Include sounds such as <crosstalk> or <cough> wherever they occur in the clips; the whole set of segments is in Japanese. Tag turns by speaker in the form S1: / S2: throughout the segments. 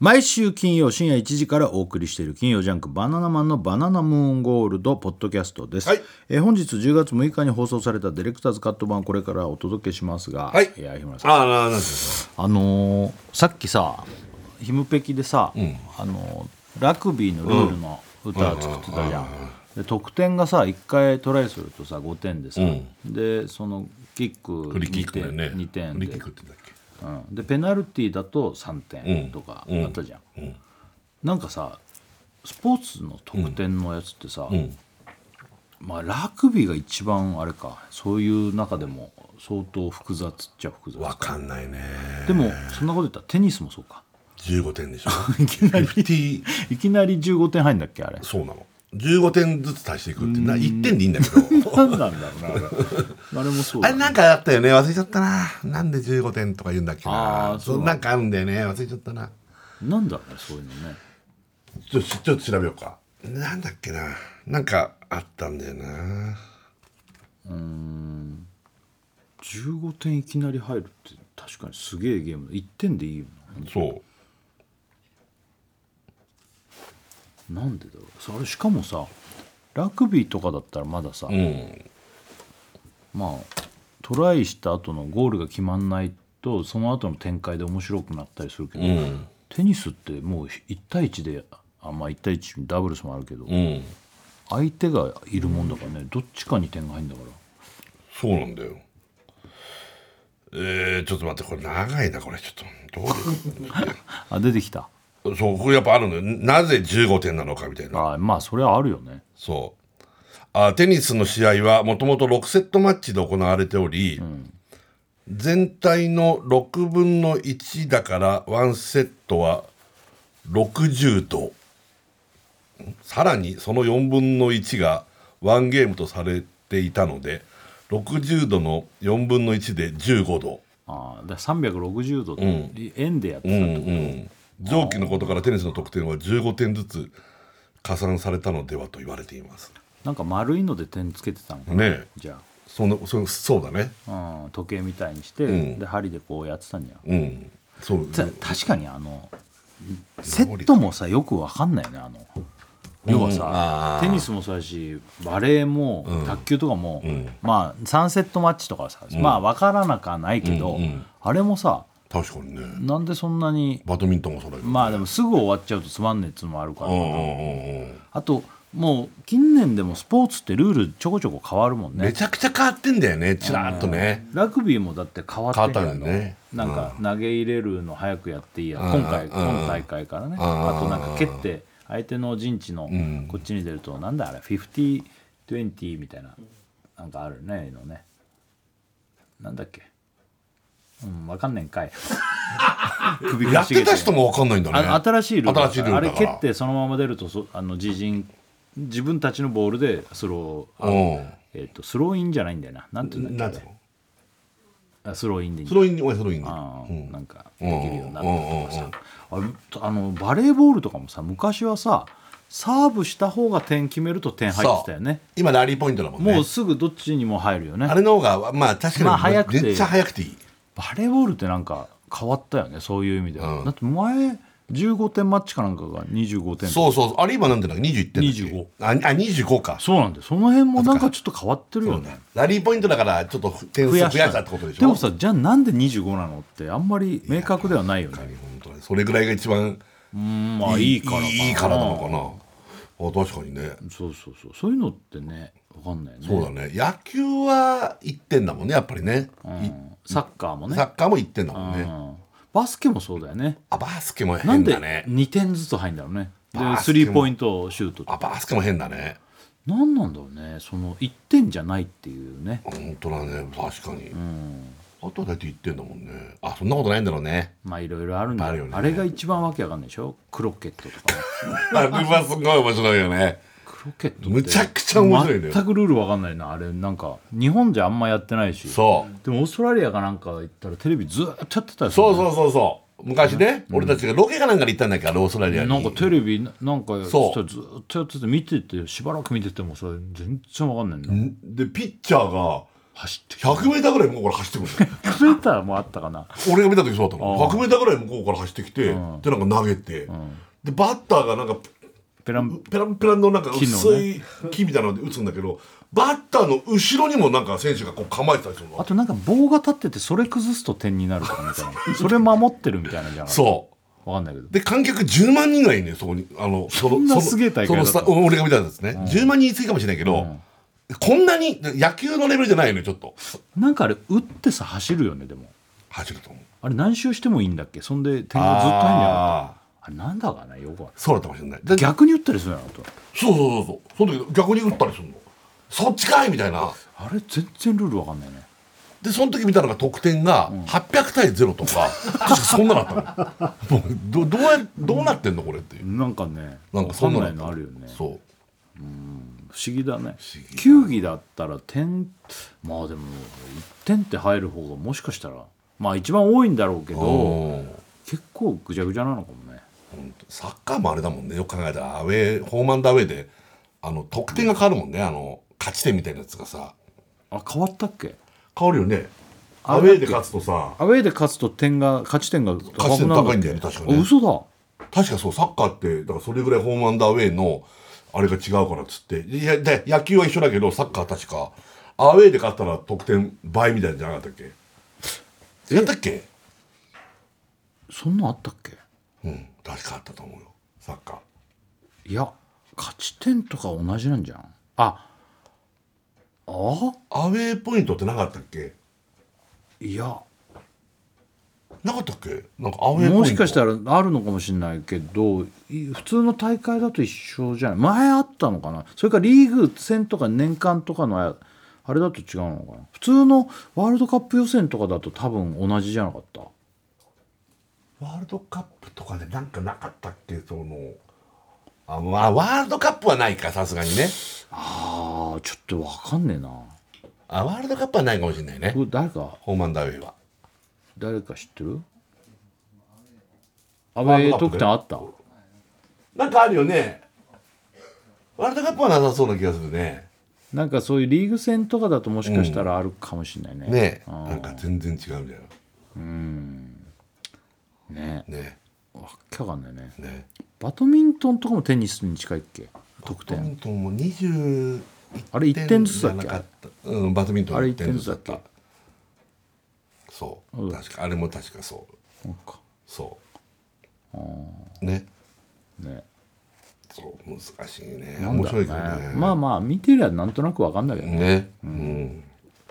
S1: 毎週金曜深夜1時からお送りしている金曜ジャンクバナナマンのバナナムーンゴールドポッドキャストです、
S2: はい
S1: えー本日10月6日に放送されたディレクターズカット版をこれからお届けしますが、
S2: はい
S1: いや日村さん
S2: ああななんです
S1: あのーさっきさひむぺきでさ、あのーラグビーのルールの歌作ってたじゃん、で得点がさ1回トライするとさ5点でさ、でそのキック
S2: かフリーキッ
S1: 2
S2: クだよ
S1: 点,、
S2: ね
S1: 2点
S2: フ
S1: で
S2: リーキックって言うんだっけ
S1: うん、でペナルティーだと3点とかあったじゃん、なんかさスポーツの得点のやつってさ、まあ、ラグビーが一番あれかそういう中でも相当複雑っちゃ複雑
S2: わかんないね
S1: でもそんなこと言ったらテニスもそうか
S2: 15点 <laughs> でしょ
S1: いきなり
S2: 50
S1: いきなり15点入んだっけあれ
S2: そうなの15点ずつ足していくってな1点でいいんだ <laughs> けど
S1: 何なんだろうなあれ <laughs> あれもそ
S2: あ
S1: うだ
S2: れ
S1: ね
S2: なんかあったよね忘れちゃったななんで15点とか言うんだっけ
S1: あ
S2: な
S1: ーそう
S2: そうなんかあるんだよね忘れちゃったな
S1: なんだろうねそういうのね
S2: ちょっとちょっと調べようかなんだっけななんかあったんだよな
S1: 15点いきなり入るって確かにすげえゲームだ1点でいいよ
S2: そう
S1: ななんでだろうそれしかもさラグビーとかだったらまださ、
S2: うん
S1: まあトライした後のゴールが決まんないとその後の展開で面白くなったりするけど、
S2: うん
S1: テニスってもう1対1であまあ1対1ダブルスもあるけど、
S2: うん
S1: 相手がいるもんだからね、どっちかに点が入るんだから
S2: そうなんだよえー、ちょっと待ってこれ長いなこれちょっとどういう
S1: あ出てきた
S2: そうこれやっぱあるのよなぜ15点なのかみたいな
S1: あまあそれはあるよね
S2: そうあテニスの試合はもともと6セットマッチで行われており、全体の6分の1だから1セットは60度んさらにその4分の1が1ゲームとされていたので60度の4分の1で15度。
S1: あだから360度で円でやってたってこと、
S2: 上記のことからテニスの得点は15点ずつ加算されたのではと言われています
S1: なんか丸いので点つけてたのかな、
S2: ねえ
S1: じゃ
S2: そのそそうだね
S1: あ、うん、時計みたいにして、
S2: ん
S1: で針でこうやってたんじゃん
S2: うんそう
S1: た
S2: う
S1: 確かにあのセットもさよくわかんないよねあの要は
S2: うん
S1: さ
S2: あ、ー
S1: テニスもそうだしバレーも、卓球とかも、
S2: ん
S1: まあ3セットマッチとかはさ、まあ分からなくはないけど、
S2: うんうん
S1: あれもさ
S2: 確かにね
S1: なんでそんなに
S2: バドミントンもそうだけど
S1: まあでもすぐ終わっちゃうとつまんねえっつうのもあるか
S2: う
S1: ら、
S2: んうんうんうん
S1: あともう近年でもスポーツってルールちょこちょこ変わるもん
S2: め
S1: ね
S2: ちゃくちゃ変わってんだよねちらっとね
S1: ラグビーもだって変わってる
S2: 変わったよね
S1: なんか投げ入れるの早くやっていいや、今回
S2: うん
S1: 今大会からね、
S2: うん
S1: あとなんか蹴って相手の陣地のこっちに出ると、なんだあれ50-20みたいななんかあるねのねなんだっけうんわかんねん
S2: <laughs>
S1: かい首
S2: やってた人
S1: も
S2: も分かんないんだね
S1: あ新しいルール
S2: 新しいルールだ
S1: あ
S2: か
S1: れ蹴
S2: ら
S1: ってそのまま出るとそあの自陣自分たちのボールでスローあ、
S2: う
S1: えー、とスローインじゃないんだよななんていうん
S2: ん
S1: だ
S2: な
S1: っ
S2: ん
S1: け
S2: つ
S1: あ
S2: う
S1: れ
S2: の
S1: あスローインでいいん
S2: ス
S1: だ
S2: ロ
S1: よ
S2: ーインにおいスローインに
S1: あーなんかで
S2: うん
S1: きるようになったとかさあれとあのバレーボールとかもさ昔はさサーブした方が点決めると点入ってたよね
S2: 今ラリーポイントだもんね
S1: もうすぐどっちにも入るよね
S2: あれの方がまあ確
S1: まあ
S2: か
S1: 早く
S2: に
S1: て
S2: めっちゃ早くていい
S1: バレーボールってなんか変わったよねそういう意味では、
S2: うん
S1: だって前15点マッチかなんかが25点
S2: そうそうそうあれ今なんていうの21点
S1: 25
S2: だっけああ25か
S1: そうなんでその辺もなんかちょっと変わってるよね
S2: ラリーポイントだからちょっと点数
S1: 増
S2: 増
S1: や
S2: や
S1: した
S2: したってことでしょ
S1: もさじゃあなんで25なのってあんまり明確ではないよ
S2: 確
S1: ね
S2: かに本当にそれぐらいが一番
S1: うんまあいいからかない
S2: いからなのかなあ確かにね
S1: そうそうそうそういうのってね分かんないよね
S2: そうだね野球は1点だもんねやっぱりね、い
S1: サッカーもね
S2: サッカーも1点だもんね、
S1: うんバスケもそうだよね
S2: あバスケも
S1: なん
S2: 変
S1: で
S2: だね
S1: 2点ずつ入るんだろうねで
S2: バスケも
S1: スリーポイントシュート
S2: あバスケも変だね
S1: 何なんだろうねその1点じゃないっていうね
S2: 本当だね確かに、あとは大体1点だもんねあそんなことないんだろうね <laughs>
S1: まあいろいろあるんだ
S2: ある
S1: け
S2: よ
S1: ど
S2: ね
S1: あれが一番わけわかんないでしょクロケットと
S2: <laughs>
S1: か
S2: あれはすごい面白いよね
S1: クロケットって
S2: むちゃくちゃ面白いね
S1: 全くルールわかんないなあれなんか日本じゃあんまやってないし
S2: そう
S1: でもオーストラリアかなんか行ったらテレビずーっとやってたよ
S2: そうそうそうそう昔ね、俺たちがロケかなんかで行ったんだっけあれオーストラリアに
S1: なんかテレビななんかず
S2: そう
S1: ーっとやってて見ててしばらく見ててもさ全然わかんないんだ
S2: んでピッチャーが
S1: 走ってきた
S2: 100m ぐらい向こうから走ってくるの
S1: 100メーターもあったかな
S2: 俺が見た時そうだった
S1: あ
S2: の 100m ぐらい向こうから走ってきて、
S1: ん
S2: でなんか投げて、でバッターがなんか
S1: ペラン
S2: ペランペランのなんか
S1: 木のね
S2: 薄い木みたいなので打つんだけど、バッターの後ろにもなんか選手がこう構えてたりする
S1: あ
S2: の
S1: となんか棒が立っててそれ崩すと点になるとかみた
S2: <laughs>
S1: いなそれ守ってるみたいなじゃん
S2: そう
S1: わかんないけど
S2: で観客10万人がいいねそこにあのそ
S1: んなすげえ大会だ
S2: その
S1: った
S2: スタ俺が見たんですね、10万人言い過ぎかもしれないけど、こんなに野球のレベルじゃないのよちょっと
S1: なんかあれ打ってさ走るよねでも
S2: 走ると思う
S1: あれ何周してもいいんだっけそんで点がずっと入んじゃなかった
S2: ああ
S1: あれなんだかなよくわかんな
S2: そうだったかもしれない
S1: い
S2: で
S1: 逆に打ったりするんやろと
S2: そうそうそうそうその時逆に打ったりするのそっちかいみたいな
S1: あれ全然ルールわかんないね
S2: でその時見たのが得点が800対0と
S1: <laughs>
S2: か、確かそんなのあったのもうどどうやどうなってんのこれっていう、
S1: なんかね
S2: なんかそんな
S1: わかん
S2: った
S1: ないのあるよね不
S2: そう
S1: 思議だ
S2: 思
S1: ね
S2: 議だ
S1: 球技だったら点まあでも1点って入る方がもしかしたらまあ一番多いんだろうけど
S2: うん
S1: 結構ぐちゃぐちゃなのかもね
S2: 本当サッカーもあれだもんねよく考えたらアウェーホーマンダウェーであの得点が変わるもんねあの勝ち点みたいなやつがさ
S1: あ変わったっけ
S2: 変わるよね
S1: ア
S2: ア
S1: ウ
S2: ウ
S1: ェ
S2: ェ
S1: ー
S2: ー
S1: で
S2: で
S1: 勝
S2: 勝つとさ
S1: アウェーで勝つと点が勝ち点が高くなる
S2: 勝ち点高いんだよね確かね
S1: あ嘘だ
S2: 確かそうサッカーってだからそれぐらいホームアンダーウェイのあれが違うからっつっていやで野球は一緒だけどサッカーは確かアウェーで勝ったら得点倍みたいなんじゃなかったっけやったっけ
S1: そんなんあったっけ
S2: うん確かあったと思うよサッカー
S1: いや勝ち点とか同じなんじゃんああ
S2: アウェーポイントってなかったっけ
S1: いや
S2: なかったっけなんかアウェーポイント
S1: もしかしたらあるのかもしれないけどい普通の大会だと一緒じゃない前あったのかなそれからリーグ戦とか年間とかのああれだと違うのかな普通のワールドカップ予選とかだと多分同じじゃなかった
S2: ワールドカップとかでなんかなかったっけそのあまあワールドカップはないかさすがにね
S1: あーちょっとわかんねえな
S2: あワールドカップはないかもしれないね
S1: これ誰か
S2: ホーマンダーウェイは
S1: 誰か知ってるアウ
S2: ワール
S1: ェ
S2: ド
S1: ー
S2: カッ
S1: 得
S2: プで
S1: 点あった
S2: なんかあるよねワールドカップはなさそうな気がするね
S1: なんかそういうリーグ戦とかだともしかしたらあるかもしれないね、
S2: ねえ
S1: あー
S2: なんか全然違うみたい
S1: ね
S2: なね
S1: わっけわかんないね
S2: えね
S1: バドミントンとかもテニスに近いっけ得
S2: バドミ
S1: 点
S2: ントンも21
S1: あれ1点ずつだっけ
S2: じゃなかたうんバドミントン
S1: あれ
S2: 1点ずつだっ
S1: 一
S2: た
S1: 点ず
S2: そう確かあれも確かそう
S1: なんか
S2: そうね
S1: ね
S2: そう難しいね
S1: なん
S2: 面
S1: だ
S2: 白
S1: ろう
S2: いけどね
S1: ねまあまあ見てりゃなんとなくわかんないけどね
S2: ね、うん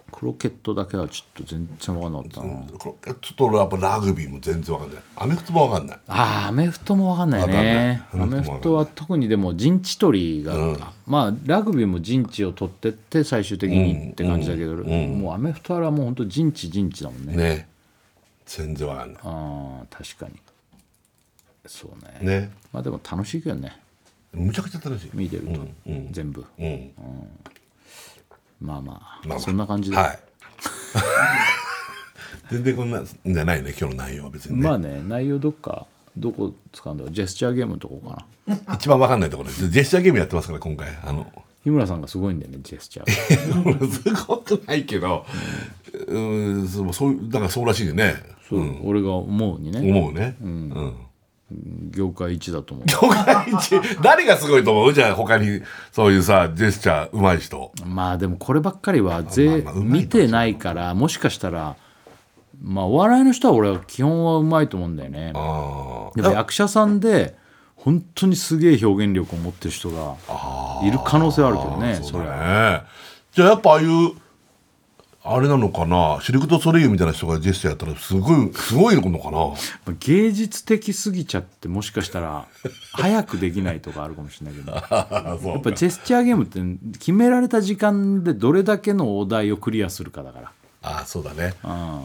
S1: クロケットだけはちょっと全然わかんなかったな、
S2: これちょっと俺やっぱラグビーも全然わかんないアメフトもわかんない
S1: あーアメフトもわかんないね
S2: わかんない
S1: アメフトは特にでも陣地取りが、
S2: うん
S1: まあラグビーも陣地を取ってって最終的にって感じだけど、
S2: うんうん
S1: もうアメフトはもう本当陣地陣地だもんね
S2: ね全然わかんな
S1: あー確かにそうね
S2: いね
S1: まあでも楽しいけどね
S2: むちゃくちゃ楽しい
S1: 見てると、
S2: うんうん
S1: 全部
S2: うん
S1: まあまあ、
S2: まあ
S1: そんな感じで、
S2: はい <laughs> 全然こんなんじゃないね今日の内容は別にね、
S1: まあね内容どっかどこ使うんだろうジェスチャーゲームのとこかな
S2: 一番わかんないところですジェスチャーゲームやってますから今回あの <laughs>
S1: 日村さんがすごいんだよねジェスチャー
S2: すごく <laughs> ないけどうんそうそういうだからそうらしいよね
S1: そう、俺が思うにね
S2: 思うねうん、
S1: 業界一だと思う
S2: 都会 <laughs> 一誰がすごいと思うじゃあ他にそういうさジェスチャーうまい人
S1: まあでもこればっかりはぜ、
S2: まあまあうまいと
S1: 見てないからもしかしたらまあお笑いの人は俺は基本はうまいと思うんだよね
S2: あ
S1: でも役者さんで本当にすげえ表現力を持ってる人がいる可能性はあるけどねそ
S2: そう
S1: れは
S2: だねじゃあやっぱああいうあれなのかなシルク・ドゥソレイユみたいな人がジェスチャーやったらすごいすごいのかな
S1: 芸術的すぎちゃってもしかしたら早くできないとかあるかもしれないけ <laughs> どやっ
S2: <laughs> あそう
S1: ぱジェスチャーゲームって決められた時間でどれだけのお題をクリアするかだか
S2: あそうだね
S1: ら、うん、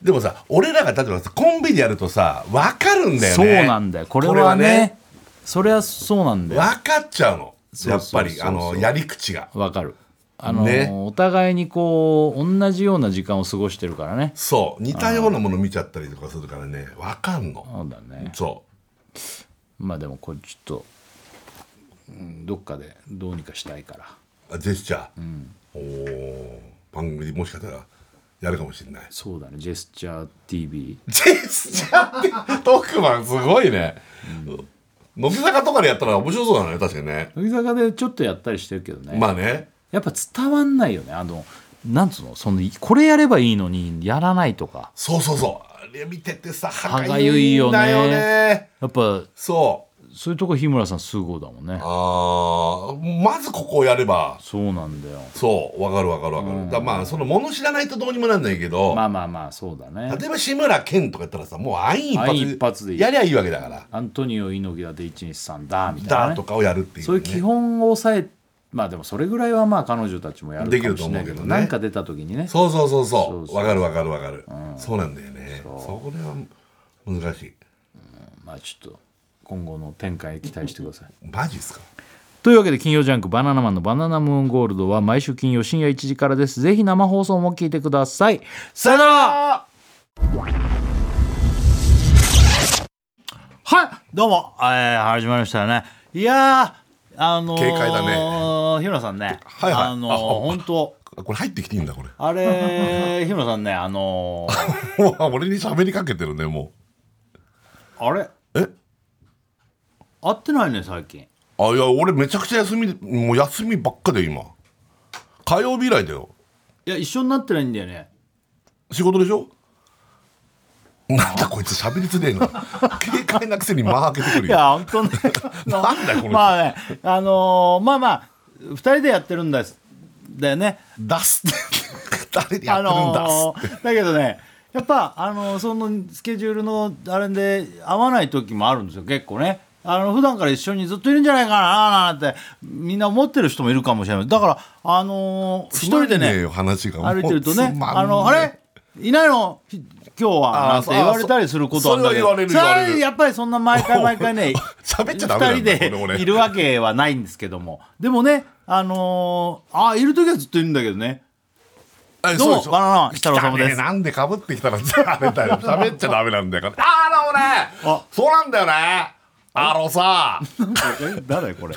S2: でもさ俺らが例えばさコンビでやるとさ分かるんだよね
S1: そうなんだよこれはねそれはそうなんだよ
S2: 分かっちゃうの
S1: そう
S2: や
S1: そ
S2: っ
S1: うそう
S2: ぱりあのやり口が
S1: わかるあの、
S2: ね
S1: お互いにこう同じような時間を過ごしてるからね
S2: そう似たようなもの見ちゃったりとかするからね分かんの
S1: そうだね
S2: そ
S1: まあでもこれちょっと、うん、どっかでどうにかしたいから
S2: うあジェスチャー、おおー番組もしかしたらやるかもしれない
S1: そうだねジェスチャー TV
S2: ジェスチャーって特番すごいね、乃木坂とかでやったら面白そうだね確かにね
S1: 乃木坂でちょっとやったりしてるけどね、
S2: まあね
S1: やっぱ伝わんないよねあのなんつうのそのこれやればいいのにやらないとか
S2: そうそうそうあれ見ててさ歯
S1: 歯がゆいよね
S2: んだよね
S1: やっぱ
S2: そう
S1: そういうとこ日村さんすごいだもんね
S2: あーまずここをやれば
S1: そうなんだよ
S2: そうわかるわかるわかる、だからまあその物知らないとどうにもなんないけど、
S1: まあまあまあそうだね
S2: 例えば志村けんとかやったらさもうあい一発
S1: あい一発でいい
S2: やりゃいいわけだから
S1: アントニオ猪木だって123だみたいな、ね、
S2: ダーとかをやるっていう、ね、
S1: そういう基本を抑えまあでもそれぐらいはまあ彼女たちもやる
S2: でき
S1: か
S2: る
S1: も
S2: と
S1: しれ
S2: 思
S1: な
S2: う
S1: い
S2: け
S1: け
S2: ど
S1: ど
S2: ね
S1: なんか出た時にね
S2: そうそうそう
S1: そ
S2: そうう
S1: そう
S2: わかるわかるわかる、
S1: ん
S2: そうなんだよねそこれは難しい
S1: まあちょっと今後の展開期待してください
S2: マジっすか
S1: というわけで金曜ジャンク「バナナマンのバナナムーンゴールド」は毎週金曜深夜1時からですぜひ生放送も聞いてくださいさよならはいどうも、えー、始まりましたねいやーあのー、
S2: 軽快だ
S1: ね日村さんね、
S2: はいはい
S1: あの
S2: あ
S1: ー、
S2: あ
S1: 本当
S2: あこれ入ってきていいんだこれ <laughs>
S1: あれ日村さんねあのー、
S2: もう俺に喋りかけてるねも
S1: あれ
S2: うえ
S1: 会ってないね最近
S2: あいや俺めちゃくちゃ休みもう休みばっかで今火曜日以来だよ
S1: いや一緒になってないんだよね
S2: 仕事でしょなんだこいつ喋りづれえな <laughs> 軽快なくせに間開けてくる
S1: い
S2: よ
S1: や本当ね
S2: なんだよこの人
S1: <laughs> まあねあのーまあまあ2人でやってるんですだよね
S2: 出すって誰でや
S1: あ
S2: ってるんだっす
S1: のーだけどねやっぱあのーそのスケジュールのあれで合わない時もあるんですよ結構ねあの普段から一緒にずっといるんじゃないかななんてみんな思ってる人もいるかもしれないだからあのー一
S2: つまん
S1: 人
S2: ね
S1: で
S2: え
S1: ね
S2: よ話が
S1: <laughs> 歩いてるとね
S2: <laughs> もうつまんねえ
S1: あのあれいないのひ今日
S2: あー
S1: はなんて言われたりすることはあんだけど
S2: それは言われる言われる
S1: そはやっぱりそんな毎
S2: <laughs>
S1: 回毎回ね
S2: 喋っちゃダメなんだ
S1: 二
S2: こ
S1: 人
S2: れ
S1: で
S2: 俺
S1: いるわけはないんですけどもでもねあのー、あーいる時はずっといるんだけどね <laughs>
S2: あ
S1: どうも
S2: そでしょ
S1: バナナマン設楽統です
S2: 汚ねえなんでかぶってきたらあれだ
S1: <laughs>
S2: よ喋っちゃダメなんだよああの俺そうなんだよねあのさ
S1: 誰これ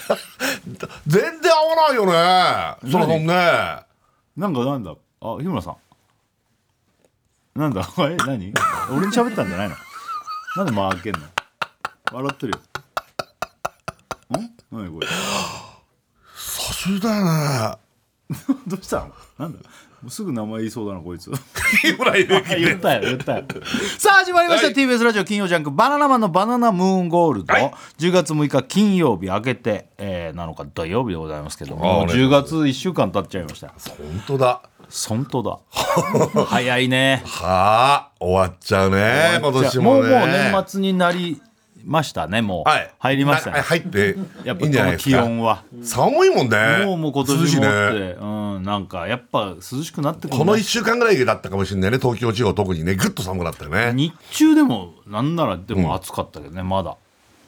S2: 全然合わないよねそれもんね
S1: なんかなんだあ日村さんなんだ <laughs> え何俺に喋ったんじゃないのなんで間開けんの笑ってるよん何これ
S2: 途中だよね
S1: どうしたのなんだもうすぐ名前言いそうだなこいつ
S2: 日村ゆき
S1: <laughs> 言ったよ言ったよ <laughs> さあ始まりました、
S2: はい
S1: TBS ラジオ金曜ジャンク「バナナマンのバナナムーンゴールド」
S2: はい
S1: 10月6日金曜日明けて、えー、7日土曜日でございますけど
S2: あ
S1: も
S2: ありがと
S1: 10
S2: うございま
S1: 月1週間経っちゃいました
S2: 本当だ
S1: 本当
S2: <laughs>
S1: だ早いね
S2: はあ終わっちゃうね今年もね
S1: もうもう年末になりましたねもう、
S2: はい
S1: 入りました
S2: な
S1: ね
S2: 入って
S1: やっ
S2: いい
S1: ぱこ
S2: んじゃない
S1: の
S2: です
S1: 気
S2: か
S1: 温は
S2: 寒いもんね
S1: もうもう今年も
S2: 涼しい
S1: っ
S2: ね
S1: て、うんなんかやっぱ涼しくなってくるね
S2: この1週間ぐらいだったかもしれないね東京地方特にねぐっと寒くなったよね
S1: 日中でもなんならでも暑かったけどね、まだ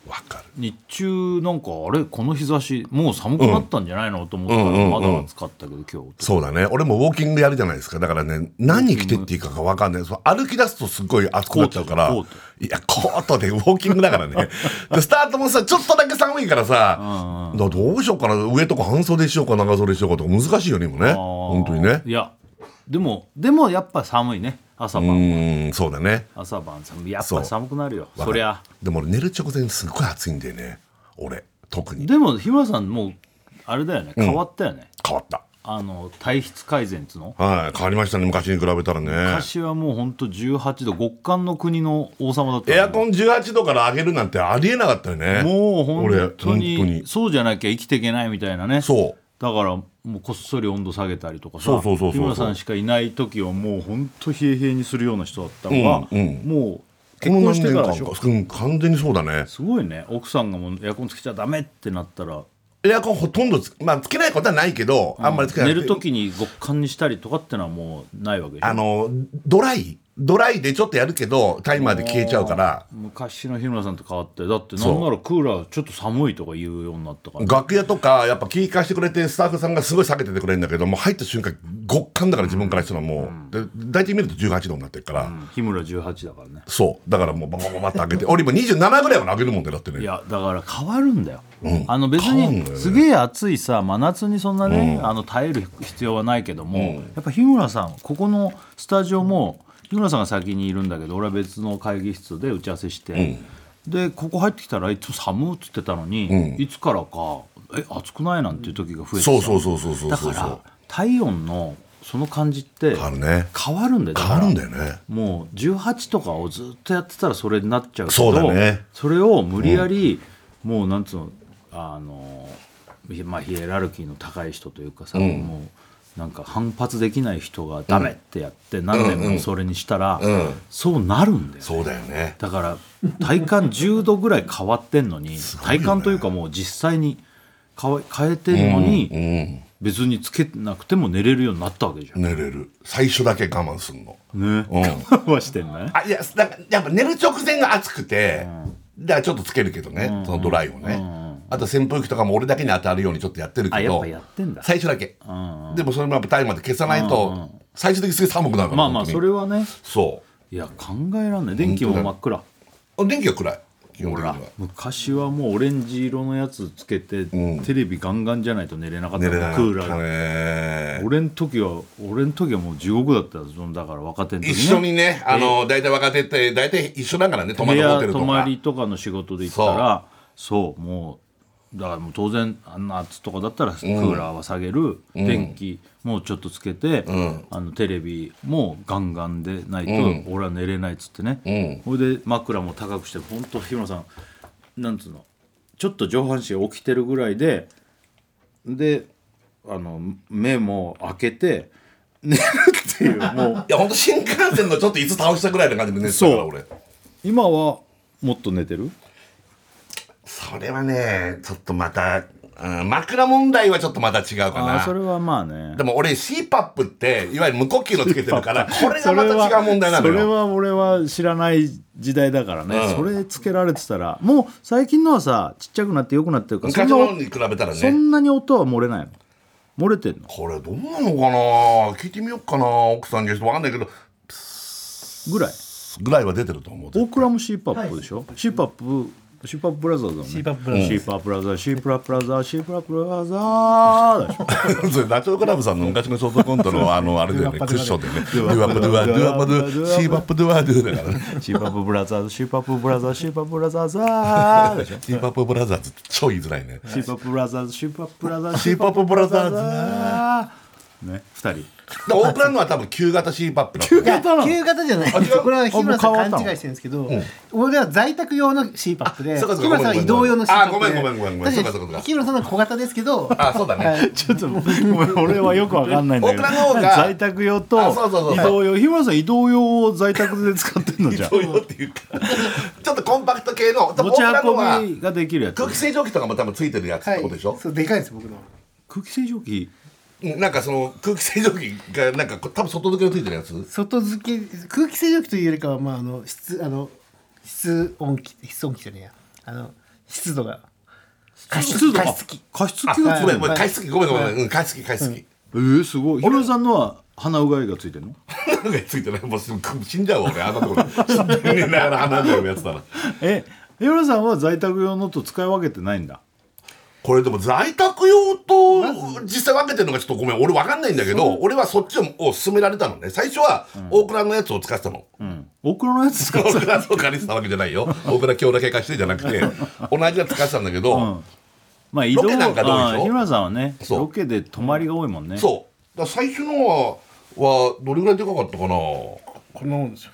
S2: わかる
S1: 日中なんかあれこの日差しもう寒くなったんじゃないの、と思った
S2: うんうんうん
S1: らまだ暑かったけど今日
S2: そうだね俺もウォーキングやるじゃないですかだからね何着てっていいかが分かんないそう歩き出すとすっごい暑くなっちゃうから
S1: コートコ
S2: いやコートでウォーキングだから
S1: <laughs>
S2: ねでスタートもさちょっとだけ寒いからさ、だからどうしようかな上とか半袖しようか長袖しようかとか難しいよね今ね
S1: あー
S2: 本当にね
S1: いやでもでもやっぱ寒いね朝
S2: う
S1: 晩、
S2: ーんそうだね
S1: 朝晩寒いやっ
S2: そ
S1: ぱ
S2: う
S1: 寒くなるよ
S2: わ
S1: そ
S2: かる
S1: りゃ
S2: でも俺寝る直前すっごい暑いんだよね俺特に
S1: でも日村さんもうあれだよね変わったよね、
S2: 変わった
S1: あの体質改善っつうの
S2: はい変わりましたね昔に比べたらね
S1: 昔はもうほんと18度極寒の国の王様だった
S2: エアコ
S1: ン
S2: ン18度から上げるなんてありえなかったよね
S1: <laughs> もう本当に
S2: 俺本当に
S1: そうじゃなきゃ生きていけないみたいなね
S2: そう
S1: だからもうこっそり温度下げたりとかさ
S2: そうそうそうそう
S1: 日村さんしかいない時はもうほんと冷え冷えにするような人だったのが、
S2: うんうん
S1: もう結婚してからでし
S2: こ
S1: ょ
S2: の何年間かうん完全にそうだね
S1: すごいね奥さんがもうエアコンつけちゃダメってなったら
S2: エアコンほとんどつ,、まあ、つけないことはないけど、あんまりつけない
S1: 寝る時に極寒にしたりとかってのはもうないわけでしょ
S2: あのドライドライでちょっとやるけどタイマーで消えちゃうから
S1: 昔の日村さんと変わってだってなんならクーラーちょっと寒いとか言うようになったから
S2: 楽屋とかやっぱ聞かしてくれてスタッフさんがすごい避けててくれるんだけどもう入った瞬間極寒だから自分からしたらもう、で大体見ると18度になってるから、
S1: うん日村18だからね
S2: そうだからもうババババって上げて俺今27ぐらいまで上げるもんでだって
S1: い
S2: ね
S1: やだから変わるんだよ、
S2: ん
S1: あの別
S2: 変わるんだ
S1: に
S2: よね
S1: すげえ暑いさ真夏にそんなね、あの耐える必要はないけども、やっぱ日村さんここのスタジオも日村さんが先にいるんだけど俺は別の会議室で打ち合わせして、でここ入ってきたらいつも寒っつってたのに、いつからかえ暑くないなんていう時が増えてきた
S2: そうそうそうそうそう
S1: だ
S2: そ
S1: か
S2: う
S1: ら
S2: そ
S1: 体温のその感じって
S2: うあるね
S1: 変わるんだよだ
S2: 変
S1: か
S2: わ
S1: ら
S2: るんだよね
S1: もう18とかをずっとやってたらそれになっちゃうけど
S2: そうだね
S1: それを無理やり、もうなんつうのあの、ひまあ、ヒエラルキーの高い人というかさ、もうなんか反発できない人がダメってやって何年もそれにしたら、
S2: うん
S1: そうなるんだよ
S2: そうだよね
S1: だから体感10度ぐらい変わってん
S2: <laughs>
S1: のに、体感というかもう実際に変わ変えてんのに、
S2: うん
S1: 別につけなくても寝れるようになったわけじゃん。
S2: 寝れる最初だけ我慢すんの
S1: <laughs> ね
S2: うん
S1: はしてんね。
S2: あいやなんかやっぱ寝る直前が暑くて、だからちょっとつけるけどね、そのドライをね、あと扇風機とかも俺だけに当たるようにちょっとやってる
S1: あ
S2: け
S1: やっ
S2: ど
S1: ぱやってんだ。
S2: 最初だけ、
S1: ん
S2: でもそれもやっぱタイマーで消さないと、最終的にすげえ寒くなるから
S1: まあまあ
S2: 本当
S1: そ
S2: に
S1: れはね
S2: そ
S1: いや考えらんない電気も真っ暗
S2: うあ電気が暗い基本
S1: ほ
S2: 的には
S1: ら昔はもうオレンジ色のやつつけて、
S2: ん
S1: テレビガンガンじゃないと寝れなかった
S2: 寝
S1: か
S2: れな
S1: ら
S2: い
S1: クーラーで
S2: ー
S1: 俺ん時は俺ん時はもう地獄だったよそのだから若手の時、ね、
S2: 一緒にね、あの、大体若手って、大体一緒だからね、泊ま
S1: 部
S2: るホ
S1: 屋
S2: テルと
S1: 泊ま
S2: か。
S1: りとかの仕事で行ったらそうもうだからもう当然あんな夏とかだったらクーラーは下げる、電気もうちょっとつけて、あのテレビもガンガンでないと俺は寝れないっつってね、それで枕も高くして本当日村さんなんつうのちょっと上半身起きてるぐらいでであの目も開けて寝るっていうもう
S2: いや、ほんと新幹線のちょっと椅子倒したぐらいの感じで寝てたから、
S1: そう
S2: 俺。
S1: 今はもっと寝てる
S2: それはね、ちょっとまた、うん枕問題はちょっとまた違うか
S1: あー
S2: な。
S1: それはまあね
S2: でも俺 CPAP っていわゆる無呼吸のつけてるからこれがまた違う問題なの
S1: それ
S2: よ
S1: は俺は知らない時代だからね、
S2: うん
S1: それつけられてたらもう最近のはさちっちゃくなってよくなってるからそ
S2: 昔
S1: ん
S2: の
S1: な,、
S2: に比べたら
S1: そ
S2: ね
S1: んなに音は漏れないの漏れてんの
S2: これどうなのかな聞いてみようかな奥さんにはちょっとわかんないけど
S1: ぐらい
S2: ぐらいは出てると思う
S1: 大倉も CPAP でしょ、CPAP シーパップブラザーズだもんね。シーパップブラザーズ。シーパップブラザーズ。シーパップブラザーズ。シーパップブラザーズでしょ。
S2: それダチョウ倶楽部さんの昔のショートコントのあのあれだよねクッションでね「ドゥアップドゥアドゥアップドゥシーバップドゥアドゥ」だからね
S1: シーパップブラザーズ。シーパップブラザーズ。シーパップブラザーズでしょ。
S2: シーパップブラザーズって超言いづらいね
S1: シーパップブラザーズ。シーパップブラザーズ。
S2: シーパップブラザーズ
S1: ズ。ね、二人。
S2: だから大倉のは多分旧型シーパップだった
S3: いや旧型じゃない
S2: あ違う
S3: これは日村さ
S1: あもう変わっ
S3: ん
S1: たの
S3: 勘違いしてるんですけど、俺は在宅用の CPAP で
S2: あそうかそうか
S3: 日村さんは移動用の CPAP で
S2: あごめんごめんごめんごめんそうかそうかそうか
S3: 日村さんの小型ですけど
S2: あそうだね
S1: ちょっとごめん俺はよくわかんないんだけど
S2: 大倉の方が
S1: 在宅用と
S2: あそうそうそう
S1: 移動用日村さん移動用を在宅で使ってんのじゃん
S2: そういうのっていうかちょっとコンパクト系の多分
S1: <laughs> 持
S2: 大倉のは
S1: ち運びができるやつ
S2: 空気清浄機とかも多分ついてるやつってことでしょ、
S3: そうでかいです僕の
S1: 空気清浄機
S2: うんなんかその空気清浄機がなんかこう多分外付けのついてるやつ
S3: 外付け空気清浄機というよりかはまああの室あの室温機室温機じゃねえやあの湿度が加湿
S1: あ
S3: 加湿器
S1: 加湿器
S2: あ
S1: がつ
S2: ごめん
S1: い
S2: ごめんごめ
S1: てる
S2: ん加湿器ごめんごめんうん加湿器加湿器
S1: えー、すごい日村さんのは鼻うがいがついてるの
S2: 鼻がついてないもう死んじゃうわ俺あんなところ死んで寝ながら鼻がやつだな
S1: <laughs> え日村さんは在宅用のと使い分けてないんだ
S2: これでも在宅用と実際分けてるのがちょっとごめん俺分かんないんだけど俺はそっちを勧められたのね最初は大倉のやつを使ってたの、
S1: うん大倉のやつ使って
S2: 大倉の借りてたわけじゃないよ大倉強だけ貸してじゃな
S1: <laughs>
S2: くて同じやつ使ってたんだけど、
S1: まあ移
S2: ロケなんかどうでしょ
S1: あー日村さんはね
S2: そう
S1: ロケで泊まりが多いもんね
S2: そうだから最初のははどれぐらいでかかったかな
S3: こんなもんですよ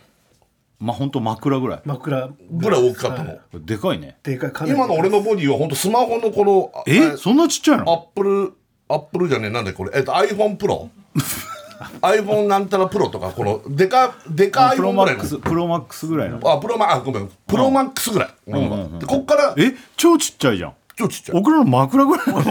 S1: まあ本当枕ぐらい
S3: 枕
S2: ぐらい大きかったの、
S1: でかいね
S3: でかいかなり
S2: 今の俺のボディは本当スマホのこのあ
S1: えそんなちっちゃい
S2: アッ
S1: の
S2: プルアップルじゃねえなんだこれえっと iPhone プ
S1: <laughs>
S2: ロ iPhone なんたらプロとかこのでかでか
S1: プロ
S2: iPhone
S1: マ
S2: ぐらい
S1: ッ
S2: の
S1: クスプロマックスぐらいの
S2: あプロマあごめんプロマックスぐらい、でこっから
S1: え超ちっちゃいじゃん
S2: ちょちっちゃい
S1: 僕らの枕ぐらいの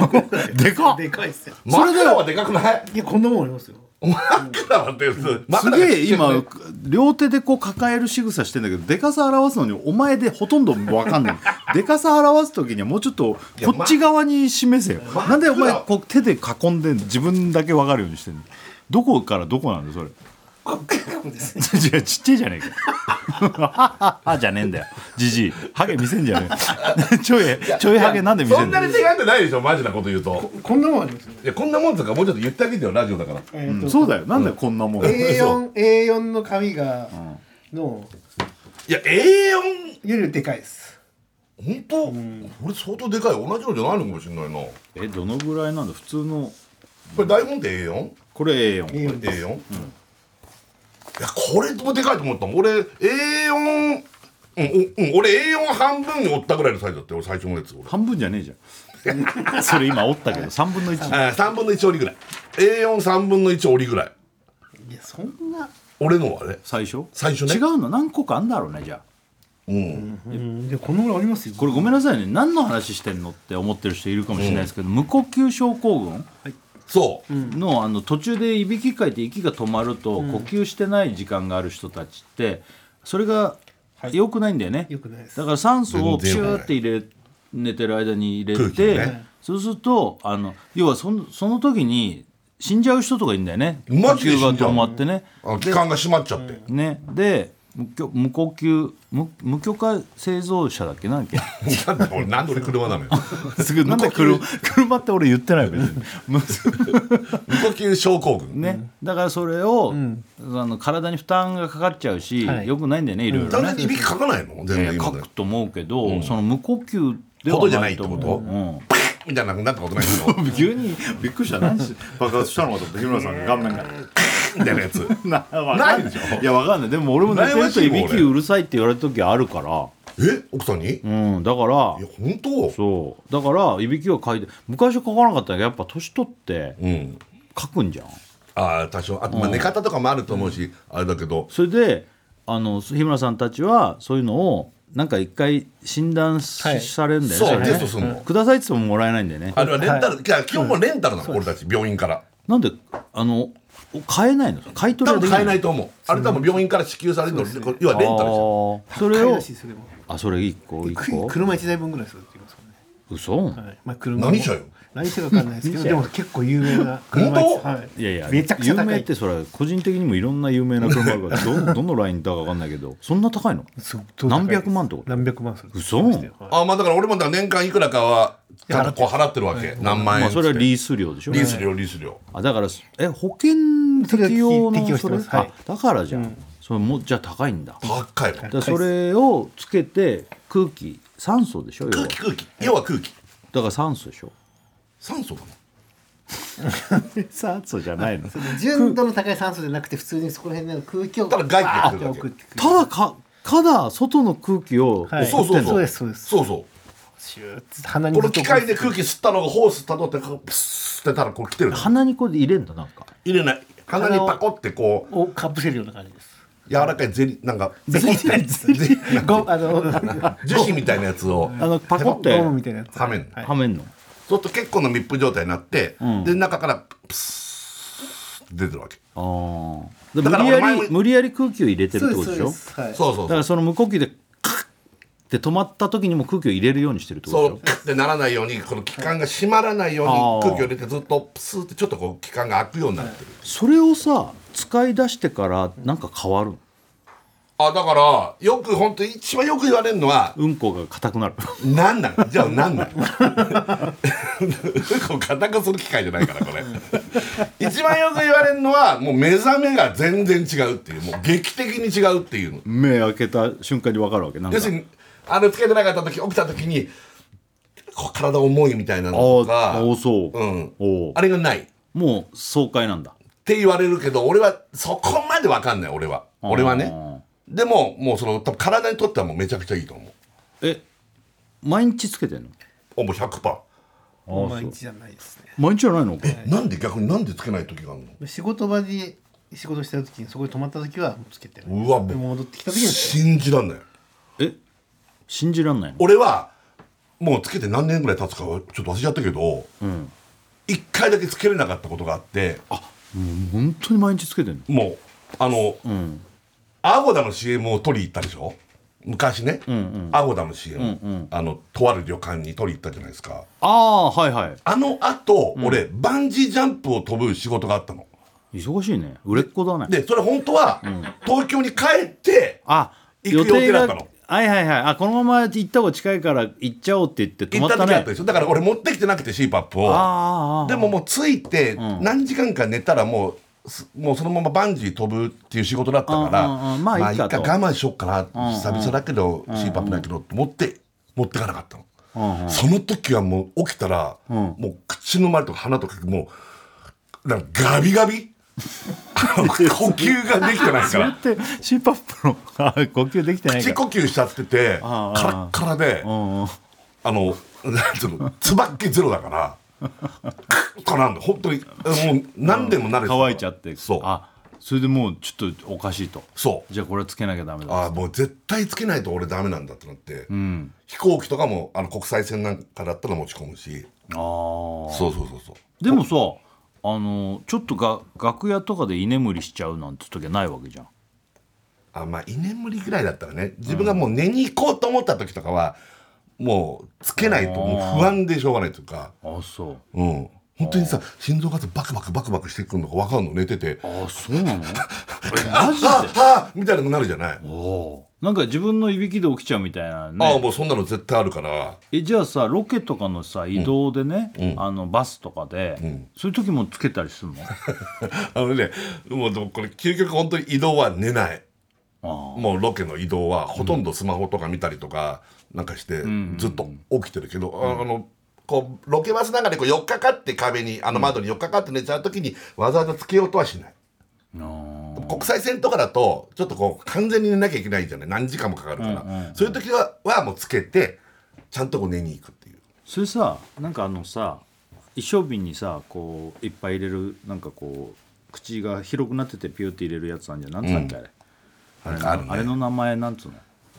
S1: でかっ
S3: でかいっすよ
S2: マクロはでかくない
S3: いやこんなもんありますよ
S2: 枕はです
S1: す
S2: 枕が
S1: げ
S2: ち
S1: え
S2: っちゃい
S1: 今両手でこう抱える仕草してんだけどでかさ表すのにお前でほとんどわかんない <laughs> でかさ表す時にはもうちょっとこっち側に示せよ、
S2: ま
S1: なんでお前
S2: 枕を
S1: こう手で囲んで自分だけわかるようにしてんのどこからどこなんだよそれ違う <laughs> ちっちゃいじゃねえかはじゃねえんだよじじいハゲ見せんじゃねえ <laughs> ちょいちょいハゲなんで見せ
S2: そ
S1: ん
S2: ん
S1: だ
S2: な
S1: よ
S2: に手がってないでしょマジなこと言うと
S3: こんなもんありますよ。
S2: いやこんなもんとかもうちょっと言ってあげてよラジオだから
S3: えーと
S1: そうだよなんだよこんなもん
S3: A4 A4 の紙がの
S2: いや A4
S3: よりでかいです。
S2: 本当、これ相当でかい同じのじゃないのかもしれないなこ
S1: えどのぐらいなんだ普通の
S2: れ台本って A4?A4
S1: これ A4
S3: A4 です。
S2: いやこれもでかいと思ったもん俺 A4 うん、おうん、俺 A4 半分折ったぐらいのサイズだって俺最初のやつ俺
S1: 半分じゃねえじゃん <laughs> それ今折ったけど3分の1
S2: あー3分の1折りぐらい A43 分の1折りぐらい
S3: いやそんな。
S2: 俺のはね
S1: 最初
S2: 最初ね
S1: 違うの何個かあんだろうねじゃあ
S2: うん、
S3: うん。でこのぐらいありますよ。
S1: これごめんなさいね何の話してんのって思ってる人いるかもしれないですけど、無呼吸症候群
S2: そう、
S1: のあの途中でいびきかいて息が止まると、呼吸してない時間がある人たちってそれが良くないんだよね、
S3: 良くないです
S1: だから酸素をピ
S2: 全
S1: シ
S2: 然良くない
S1: ューって入れ寝てる間に入れ
S2: 空気
S1: て、
S2: をね
S1: そうするとあの要はそのその時に死んじゃう人とかいるんだよね呼
S2: マジで
S1: 吸
S2: 死
S1: が
S2: んじゃう
S1: 止まってね。
S2: あの気管が閉まっちゃって、
S1: ねで無許無呼吸無無許可製造者だっけなんだっ
S2: <laughs> なんで俺なんで俺車なのよ
S1: け <laughs> すぐなんで車車って俺言ってない別 <laughs> に無
S2: 無呼吸症候群
S1: ね、だからそれを、あの体に負担がかかっちゃうし、
S3: はい
S1: よくないんだよねいろいろ
S2: 単
S1: ね
S2: 純、にいびきかかないの全然
S1: えー
S2: 今
S1: 書
S2: で
S1: くと思うけど、その無呼吸で
S2: ことじ
S1: は
S2: ゃない
S1: な
S2: っ
S1: い
S2: て
S1: と
S2: こと
S1: 思う、うん、
S2: <laughs> みたいななったことないの
S1: 急にびっくりした <laughs> 何し爆発したのかと思って日村さんが顔面が
S2: みたいなやつ
S1: なわか
S2: ない
S1: ん
S2: でしょ
S1: いやわかんないでも俺も寝てるといびきうるさいって言われた時あるか
S2: え奥さんにい
S1: ら、うん、だから
S2: や本当
S1: そうだからいびきは書いて昔は書かなかったけどやっぱ年取って
S2: うん
S1: 書くんじゃん
S2: ああ多少あとまあ寝方とかもあると思うし、あれだけど
S1: それであの日村さんたちはそういうのをなんか一回診断し、
S3: はい
S1: されるんだよ
S2: そう
S1: ねれね
S2: テストすんの
S1: くださいって言ってももらえないんだよね
S2: あれはレンタル、いや基本はレンタルなの、俺たち病院から
S1: なんであのお買えないの買い取
S2: 多
S1: りはで
S2: 分
S1: きな
S2: 買
S1: い
S2: えない
S1: の
S2: と思うあれ多分病院から支給されるの、要はレンタルじゃん
S1: あーそれ
S3: 高い
S1: を
S3: らしいですよでも
S1: あそれ一個一個
S3: 車一台分ぐらいするって言いますもんね。
S1: 嘘、
S3: はい。まあ車も
S2: 何車よ。
S3: 何車かわかんないですけど、でも結構有名な車
S2: 本当
S3: はい。
S1: いやいや
S3: めちゃくちゃ
S1: 有
S3: 高
S1: 名
S3: い
S1: っ。てそれは個人的にもいろんな有名な車あるから
S3: <laughs>
S1: どどのラインだか分かんないけどそんな高いの
S3: 相当高いです
S1: 何百万ってこと
S3: 何百万する。
S1: 嘘
S3: そうですよはい
S2: あまあだから俺もだから年間いくらかはちゃんとこう払ってるわけ、何万円
S1: ま
S2: っ
S1: あ
S2: つ
S1: そ
S2: っ
S1: れ
S2: て
S1: はリース料でしょ
S2: リース料リース料
S1: あだからえ保険適用の
S3: 適用して
S1: それ
S3: ますはい
S1: あだからじゃん、それもじゃあ高いんだだか
S2: 高いの
S1: らそれをつけて空気酸素でしょ要は
S2: 空気空気要は空気
S1: だから酸素でしょ
S2: 酸素か
S1: 酸素じゃないの
S3: その純度の高い酸素じゃなくて普通にそこら辺の空気を
S2: ただ外気が
S3: バー
S2: 来る
S3: って
S2: だけ
S3: 送ってくる
S1: ただかただ外の空気を
S3: はい
S2: そうそうそう
S3: そうですそうです
S2: そうそう
S3: シューッて鼻に
S2: こ
S3: ず
S2: の
S3: っと
S2: 機械で空気吸ったのがホースたどってこうプスってたらこう来てるの
S1: 鼻にこうで入れんだなんか
S2: 入れない鼻にパコってこう
S3: をかぶせるような感じです
S2: 柔らかいゼリなんかゼリー
S3: ゴあの
S2: 樹脂みたいなやつを
S1: あのパコって
S3: ゴムみたいなやつ
S2: はめんの
S3: はい
S1: はめんの
S2: そうすると結構な密封状態になってで中からプスって出てるわけ
S1: ああ
S2: だ
S1: 無
S2: から
S1: 理や
S2: 俺前
S1: り
S2: も
S1: 無理やり空気を入れてる
S3: そう
S1: って
S3: で
S1: こと
S3: すそう
S1: でしょ
S3: ですは
S2: そ
S3: い
S2: うそう
S1: だからその無呼吸でカッって止まった時にも空気を入れるようにしてるってこと
S2: そ
S1: でしょ
S2: うでならないようにこの気管が閉まらないように
S1: あー
S2: 空気を入れてずっとプスってちょっとこう気管が開くようになってる、
S1: それをさ使い出してからなんか変わるの
S2: あだからよく本当一番よく言われるのは
S1: うんこが硬くなる
S2: 「なんなんじゃあなんなん <laughs> こう硬くする機械じゃないからこれ一番よく言われるのはもう目覚めが全然違うっていうもう劇的に違うっていうの
S1: 目開けた瞬間に分かるわけなんか
S2: 要するにあれつけてなかった時起きた時にこう体重いみたいなのと
S1: あ
S2: か
S1: あおそう、
S2: うん
S1: おう
S2: あれがない
S1: もう爽快なんだ
S2: って言われるけど俺はそこまでわかんない俺は俺はねでももうその多分体にとってはもうめちゃくちゃいいと思う
S1: え毎日つけてんの
S2: おもう100%
S3: 毎日じゃないですね
S1: 毎日じゃないの
S2: えなんで逆になんでつけない時がある
S3: 仕事場で仕事してる時にそこで止まった時はもうつけてる
S2: のうわ
S3: でも
S2: も
S3: 戻ってきた
S2: う
S3: 時に
S2: 信じらんない
S1: え信じらんないの
S2: 俺はもうつけて何年ぐらい経つかはちょっと忘れちゃったけど一、回だけつけれなかったことがあって
S1: あもう本当に毎日つけてんの
S2: もうあの、アゴダの CM を取り行ったでしょ昔ね、アゴダの CM、あのとある旅館に取り行ったじゃないですか
S1: ああーはいは
S2: あのあと、俺バンジージャンプを飛ぶ仕事があったの
S1: い忙しいね売れっ子だね
S2: でそれ本当は、東京に帰って
S1: あ
S2: 行く予定だったの
S1: はいはいはいあこのまま行った方が近いから行っちゃおうって言って
S2: 行
S1: 止ま
S2: っ
S1: ったた
S2: 時
S1: ね
S2: あったでしょだから俺持ってきてなくて CPAP を
S1: あーあーあー
S2: でももう着いて何時間か寝たらもうすもうそのままバンジー飛ぶっていう仕事だったか
S1: うんうん
S2: ら
S1: うんまあい
S2: いい
S1: いか
S2: か
S1: と
S2: 我慢しよっかな久々だけど CPAP だけどと思って持ってかなかったの
S1: うんうん
S2: その時はもう起きたら
S1: ん
S2: もう口の周りとか鼻とかもうなんかガビガ
S1: <laughs>
S2: ビあの呼吸ができてないか
S1: だ
S2: ら
S1: ってシーパップのあー呼吸できてないか
S2: 口
S1: ら
S2: 呼吸しちゃっててカ
S1: あ
S2: ラ
S1: ああ
S2: ッカラで
S1: うんうん
S2: あの、なんつうの、つばっけゼロだから。クッとなんだ、本当に、もう、何でもなれてた
S1: 乾いちゃって
S2: そう。
S1: あそれでもうちょっとおかしいと
S2: そう。
S1: じゃあこれつけなきゃダメだ
S2: ああ、もう絶対つけないと俺ダメなんだってなって。
S1: うん
S2: 飛行機とかも、あの、国際線なんかだったら持ち込むし。
S1: ああ
S2: そうそうそうそう。
S1: でもさあのちょっとが楽屋とかで居眠りしちゃうなんて時はないわけじゃん
S2: あ、まあ、居眠りぐらいだったらね、自分がもう寝に行こうと思った時とかは。もう、つけないと、もう不安でしょうがないというか。
S1: あそう
S2: うん。本当にさ、心臓がさバクバクバクバクしてくるのが分かるの、寝てて。
S1: あそうなの
S2: あ
S1: マ
S2: <laughs>
S1: ジで
S2: ああみたいなのなるじゃない。
S1: おおなんか自分のいびきで起きちゃうみたい
S2: あ
S1: な
S2: あ
S1: ね
S2: もうそんなの絶対あるから
S1: えじゃあさロケとかのさ移動でね、あのバスとかで、そういう時もつけたりするの
S2: あのねもうでもこれ究極本当に移動は寝ない
S1: あ
S2: <laughs> もうロケの移動はほとんどスマホとか見たりとかなんかしてずっと起きてるけど、ああのこうロケバスなんかでこう寄っかかって壁にあの窓に寄っかかって寝ちゃう時にわざわざつけようとはしない、
S1: あー
S2: 国際線とかだとちょっとこう完全に寝なきゃいけないじゃない何時間もかかるから、そういう時ははもうつけてちゃんとこう寝に行くっていう
S1: それさなんかあのさ衣装瓶にさこういっぱい入れるなんかこう口が広くなっててピューって入れるやつなんじゃんなんつったっけあ
S2: なん
S1: れ、あれ
S2: かあるね
S1: あれの名前なんつうの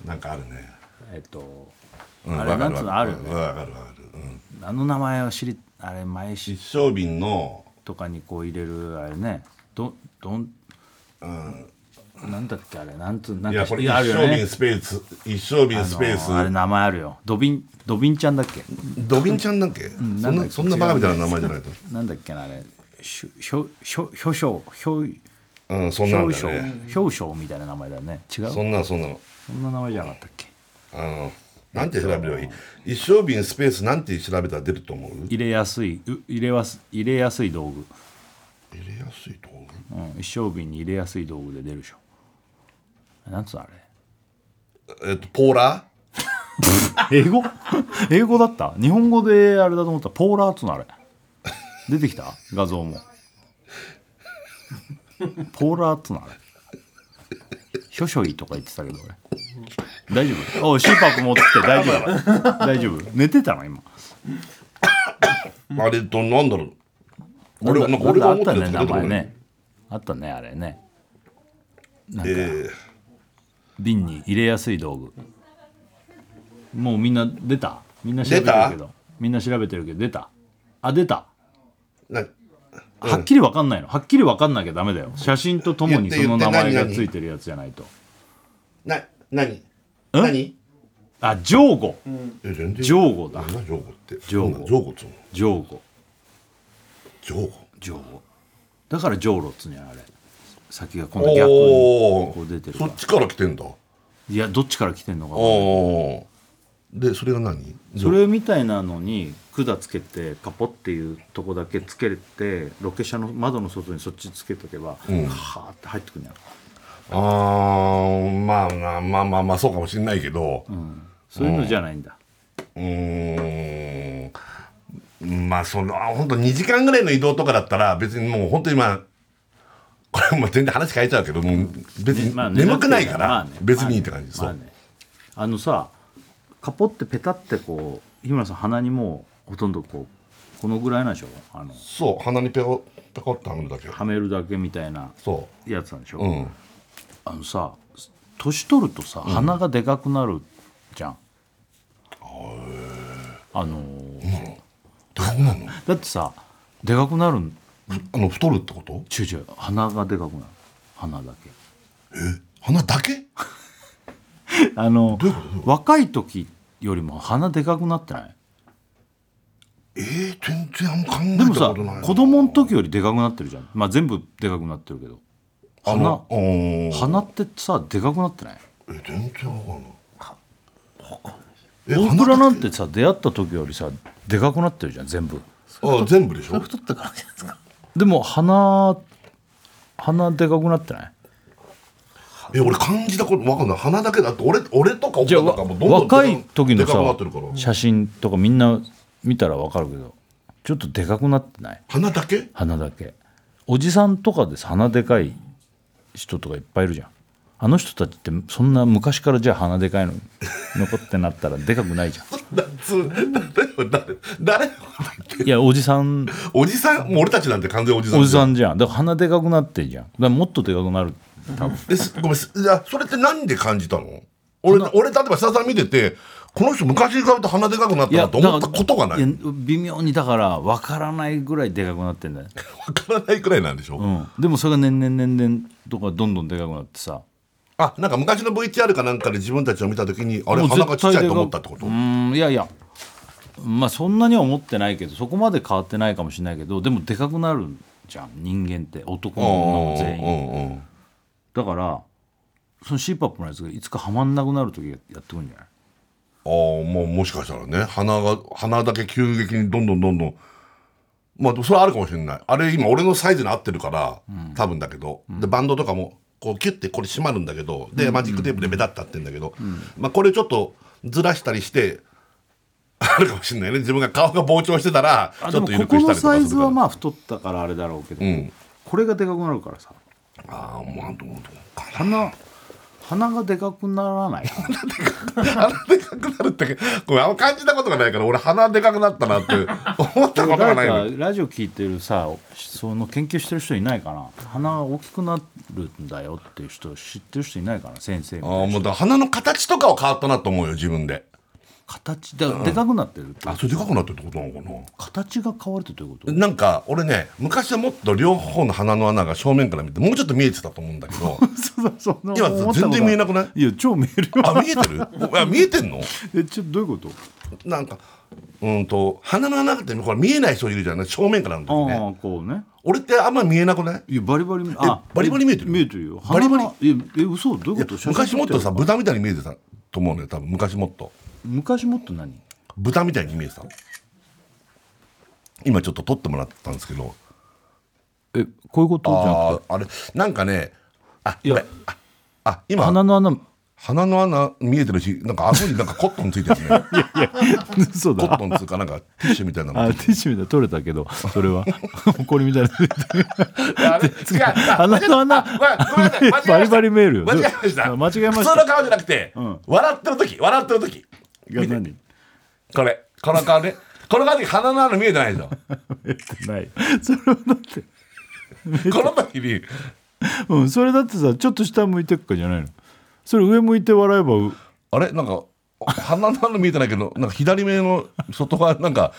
S2: なんかあるね、
S1: えっと
S2: うん、
S1: あれ
S2: わか
S1: なん
S2: る
S1: つう
S2: わ
S1: のあ
S2: かる
S1: る
S2: う
S1: よ
S2: ん
S1: ね
S2: わかるわかる、うん、
S1: あの名前を知りあれ前し
S2: 一升瓶の
S1: とかにこう入れるあれねどどん、なんだっけあれなんつうなんか
S2: いやこれ一
S1: あるよ
S2: 生
S1: ね
S2: 瓶スペース、一生
S1: あ
S2: 瓶
S1: の
S2: スペース
S1: あれ名前あるよドビンドビンちゃんだっけ
S2: ドビンちゃんなんけ、そん
S1: なんだっ
S2: な
S1: け
S2: そんなバカみたいな名前じゃないと
S1: なんだっけなあれひょひょひょひょしょひょい
S2: うんそん
S1: ひ
S2: な
S1: ょ
S2: ん
S1: う
S2: だ
S1: しょう
S2: ね
S1: ひょうしょうみたいな名前だよね違う
S2: そんなのそんなの
S1: そんな名前じゃなかったっけ
S2: あのなんて調べればいい一生瓶スペースなんて調べたら出ると思う入
S1: 入れやすいう入れわす入れやすい道具、
S2: れやすいと思う
S1: うん、一升瓶に入れやすい道具で出るでしょなんつうのあ
S2: えっとポーラ
S1: れ英語 <laughs> 英語だった日本語であれだと思ったポーラーっつうのあれ出てきた画像もポーラーっつうのあれしょしょいとか言ってたけど俺大丈夫おい CPAP 持ってきて大丈夫大丈夫寝てたの今
S2: ーあれとなんだろう俺な
S1: な
S2: んん
S1: だ
S2: か俺が
S1: なん
S2: 思っ
S1: だ
S2: た
S1: あった
S2: やつが出てこ
S1: ね名前
S2: ない
S1: ねあったねあれね
S2: えー
S1: 瓶に入れやすい道具もうみんな出たみんな調べてるけ
S2: 出
S1: どみんな調べてるけど出たあ出た
S2: な
S1: はっきりわかんないのはっきりわかんなきゃダメだよ写真とともに
S2: 言っ
S1: そ
S2: て
S1: の名前
S2: 言
S1: が
S2: って何
S1: ついてるやつじゃないと
S2: な何何
S1: あジョーゴ
S2: え全然
S1: ジョーゴだ
S2: なんだジョーゴって
S1: ジョーゴ
S2: なんだジョーゴっつうの
S1: ジョーゴ
S2: ジョーゴ
S1: ジョーゴだからジョーロっつうんやあれ先が今度逆に
S2: お
S1: こう出て
S2: ー
S1: るか
S2: そ
S1: ら
S2: っちから来てんだ
S1: いやどっちから来てんのかわかんない
S2: おでそれが何
S1: それみたいなのに管つけてカポっていうとこだけつけてロケ車の窓の外にそっちつけとけば、
S2: うん
S1: はーって入ってくるんや
S2: あーまあなまあまあまあそうかもしれないけど
S1: ろ、うん、そういうのじゃないんだ、
S2: うーんまあそのあ本当2時間ぐらいの移動とかだったら別にもう本当にまあこれもう全然話変えちゃうけどもう別
S1: ね
S2: に
S1: まあ
S2: 眠くないから
S1: ね
S2: 別にいいって感じ
S1: ま
S2: そ
S1: あ
S2: う
S1: ねあのさカポってペタってこう日村さん鼻にもうほとんどこうこのぐらいなんでしょあの
S2: そう鼻にペコペコってはめるだけ
S1: はめるだけみたいな
S2: そ
S1: やつなんでしょ、
S2: ううん
S1: あのさ年取るとさ鼻がでかくなるじゃん、あのー
S2: どうなの
S1: だってさでかくなるん
S2: あの太るってこと
S1: ちゅうちゅう鼻がでかくなる鼻だ
S2: <laughs>
S1: け
S2: 鼻だけ
S1: あの
S2: どういうことどういう
S1: 若い時よりも鼻でかくなってない
S2: えー、全然あんま考え
S1: で
S2: た
S1: も
S2: こ
S1: さ
S2: とないな
S1: 子供の時よりでかくなってるじゃんまあ全部でかくなってるけど
S2: あ
S1: 鼻
S2: の鼻
S1: 鼻ってさでかくなってない
S2: え全然わかんないえ
S1: 大
S2: 鼻
S1: 倉
S2: だ
S1: なんてさ出会った時よりさでかくなってるじゃん全部
S2: あ全部でし
S3: それ
S2: ょ
S3: 太ったからじゃないですか
S1: でも鼻鼻でかくなってない
S2: え俺感じたことわかんない鼻だけだって俺俺とか奥
S1: じゃ
S2: 田
S1: あ
S2: とかもどんどん
S1: 若い時
S2: で
S1: の
S2: かくな
S1: さ
S2: ってるから
S1: 写真とかみんな見たらわかるけどちょっとでかくなってない
S2: 鼻だけ <laughs>
S1: 鼻だけおじさんとかでさ鼻でかい人とかいっぱいいるじゃんあの人たちってそんな昔からじゃあ鼻でかいの <laughs> 残ってなったらでかくないじゃん
S2: だつ誰よ誰誰よ
S1: いやおじさん
S2: おじさんもう俺たちなんて完全おじさん
S1: おじさんじゃんだから鼻でかくなってんじゃんだからもっとでかくなる多分
S2: ですごめんすいやそれって何で感じたの俺俺例えば久々見ててこの人昔に比べて鼻でかくなったなと思ったことがない
S1: や微妙にだから分からないぐらいでかくなってんだよ、
S2: わからないくらいなんでしょ、
S1: うん、でもそれが年々年々とかどんどんでかくなってさ
S2: あなんか昔の VTR かなんかで自分たちを見た時にあれ
S1: もう
S2: 鼻がちっちゃい
S1: 絶対で
S2: と
S1: か
S2: 思ったってこと
S1: うーんいやいやまあそんなには思ってないけどそこまで変わってないかもしれないけどでもでかくなるじゃん人間って男も
S2: うん
S1: 女も全
S2: う
S1: 員
S2: んうんうん
S1: だからその CPAP のやつがいつかはまんなくなる時やってくるんじゃない
S2: ああもうもしかしたらね鼻が鼻だけ急激にどんどんどんどんまあそれはあるかもしれないあれ今俺のサイズに合ってるから、多分だけど、でバンドとかもこうキュッてこれ締まるんだけどで、マジックテープでベタッと合ってんだけど、まあ、これちょっとずらしたりして <laughs> あるかもしれないね自分が顔が膨張してたらち
S1: あ
S2: ょっ
S1: でも
S2: と緩
S1: こ
S2: く
S1: こ
S2: した
S1: の
S2: りとかす
S1: サイ
S2: る
S1: ズ
S2: から
S1: はまあ太ったからあれだろうけど、
S2: うん
S1: これがでかくなるからさ
S2: ああもうあんと思うと思う
S1: 鼻鼻がでかくならない
S2: 鼻でかくなるってこれあんま感じたことがないから俺鼻でかくなったなって思ったことがないの
S1: 誰かラジオ聞いてるさその研究してる人いないかな鼻が大きくなるんだよっていう人知ってる人いないかな先生みたいな
S2: ああもうだ鼻の形とかは変わったなと思うよ自分で
S1: 形だでかくなってるって
S2: あそれでかくなってるってことなのか
S1: 形が変わるってどういうこと
S2: ななんか俺ね昔はもっと両方の鼻の穴が正面から見てもうちょっと見えてたと思うんだけ
S1: <laughs>
S2: ど
S1: そうその
S2: 今全然見えなくない
S1: いや超見えるよ <laughs>
S2: あ見えてるおあ見えてんの
S1: えちょっとどういうこと
S2: なんかうんと鼻の穴ってこれ見えない人いるじゃない正面からの時
S1: あ
S2: ね
S1: あこうね
S2: 俺ってあんま見えなくない
S1: いやバリバリ見あ
S2: バリバリ見えてる
S1: 見えてるよ
S2: バリバリ
S1: 鼻がいやえ嘘どういうこと写真
S2: 昔もっと
S1: 撮
S2: さ豚みたいに見えてたと思うね多分昔もっと
S1: て昔もっと何
S2: 豚みたいに見えてた今ちょっと撮ってもらったんですけど
S1: えこういうことじゃな
S2: あ
S1: くて
S2: ああれなんかねあ
S1: いや
S2: やああ今
S1: 鼻
S2: 鼻
S1: の
S2: <laughs>
S1: 穴
S2: の穴見えてるしなんか顎になんかコットンついてるね
S1: <laughs> 嘘
S2: コ
S1: だ
S2: ットンつうかなんかティッシュみたいなの
S1: あティッシュみたいな取れたけどそ
S2: <laughs>
S1: れは怒りみたいな
S2: あれ違う
S1: 鼻の穴バリバリ見えるよ
S2: 間違えました
S1: 間違えました
S2: 普通の顔じゃなくて、
S1: ん
S2: 笑ってる時笑ってる時
S1: が何
S2: これこの顔ねこの顔で鼻の穴見えてない
S1: <laughs>
S2: でしょ
S1: 見えてない <laughs> それはだって
S2: この時に
S1: うん、それだってさちょっと下向いてっかじゃないのそれ上向いて笑えばう
S2: あれなんか鼻の穴見えてないけどなんか左目の外側なんか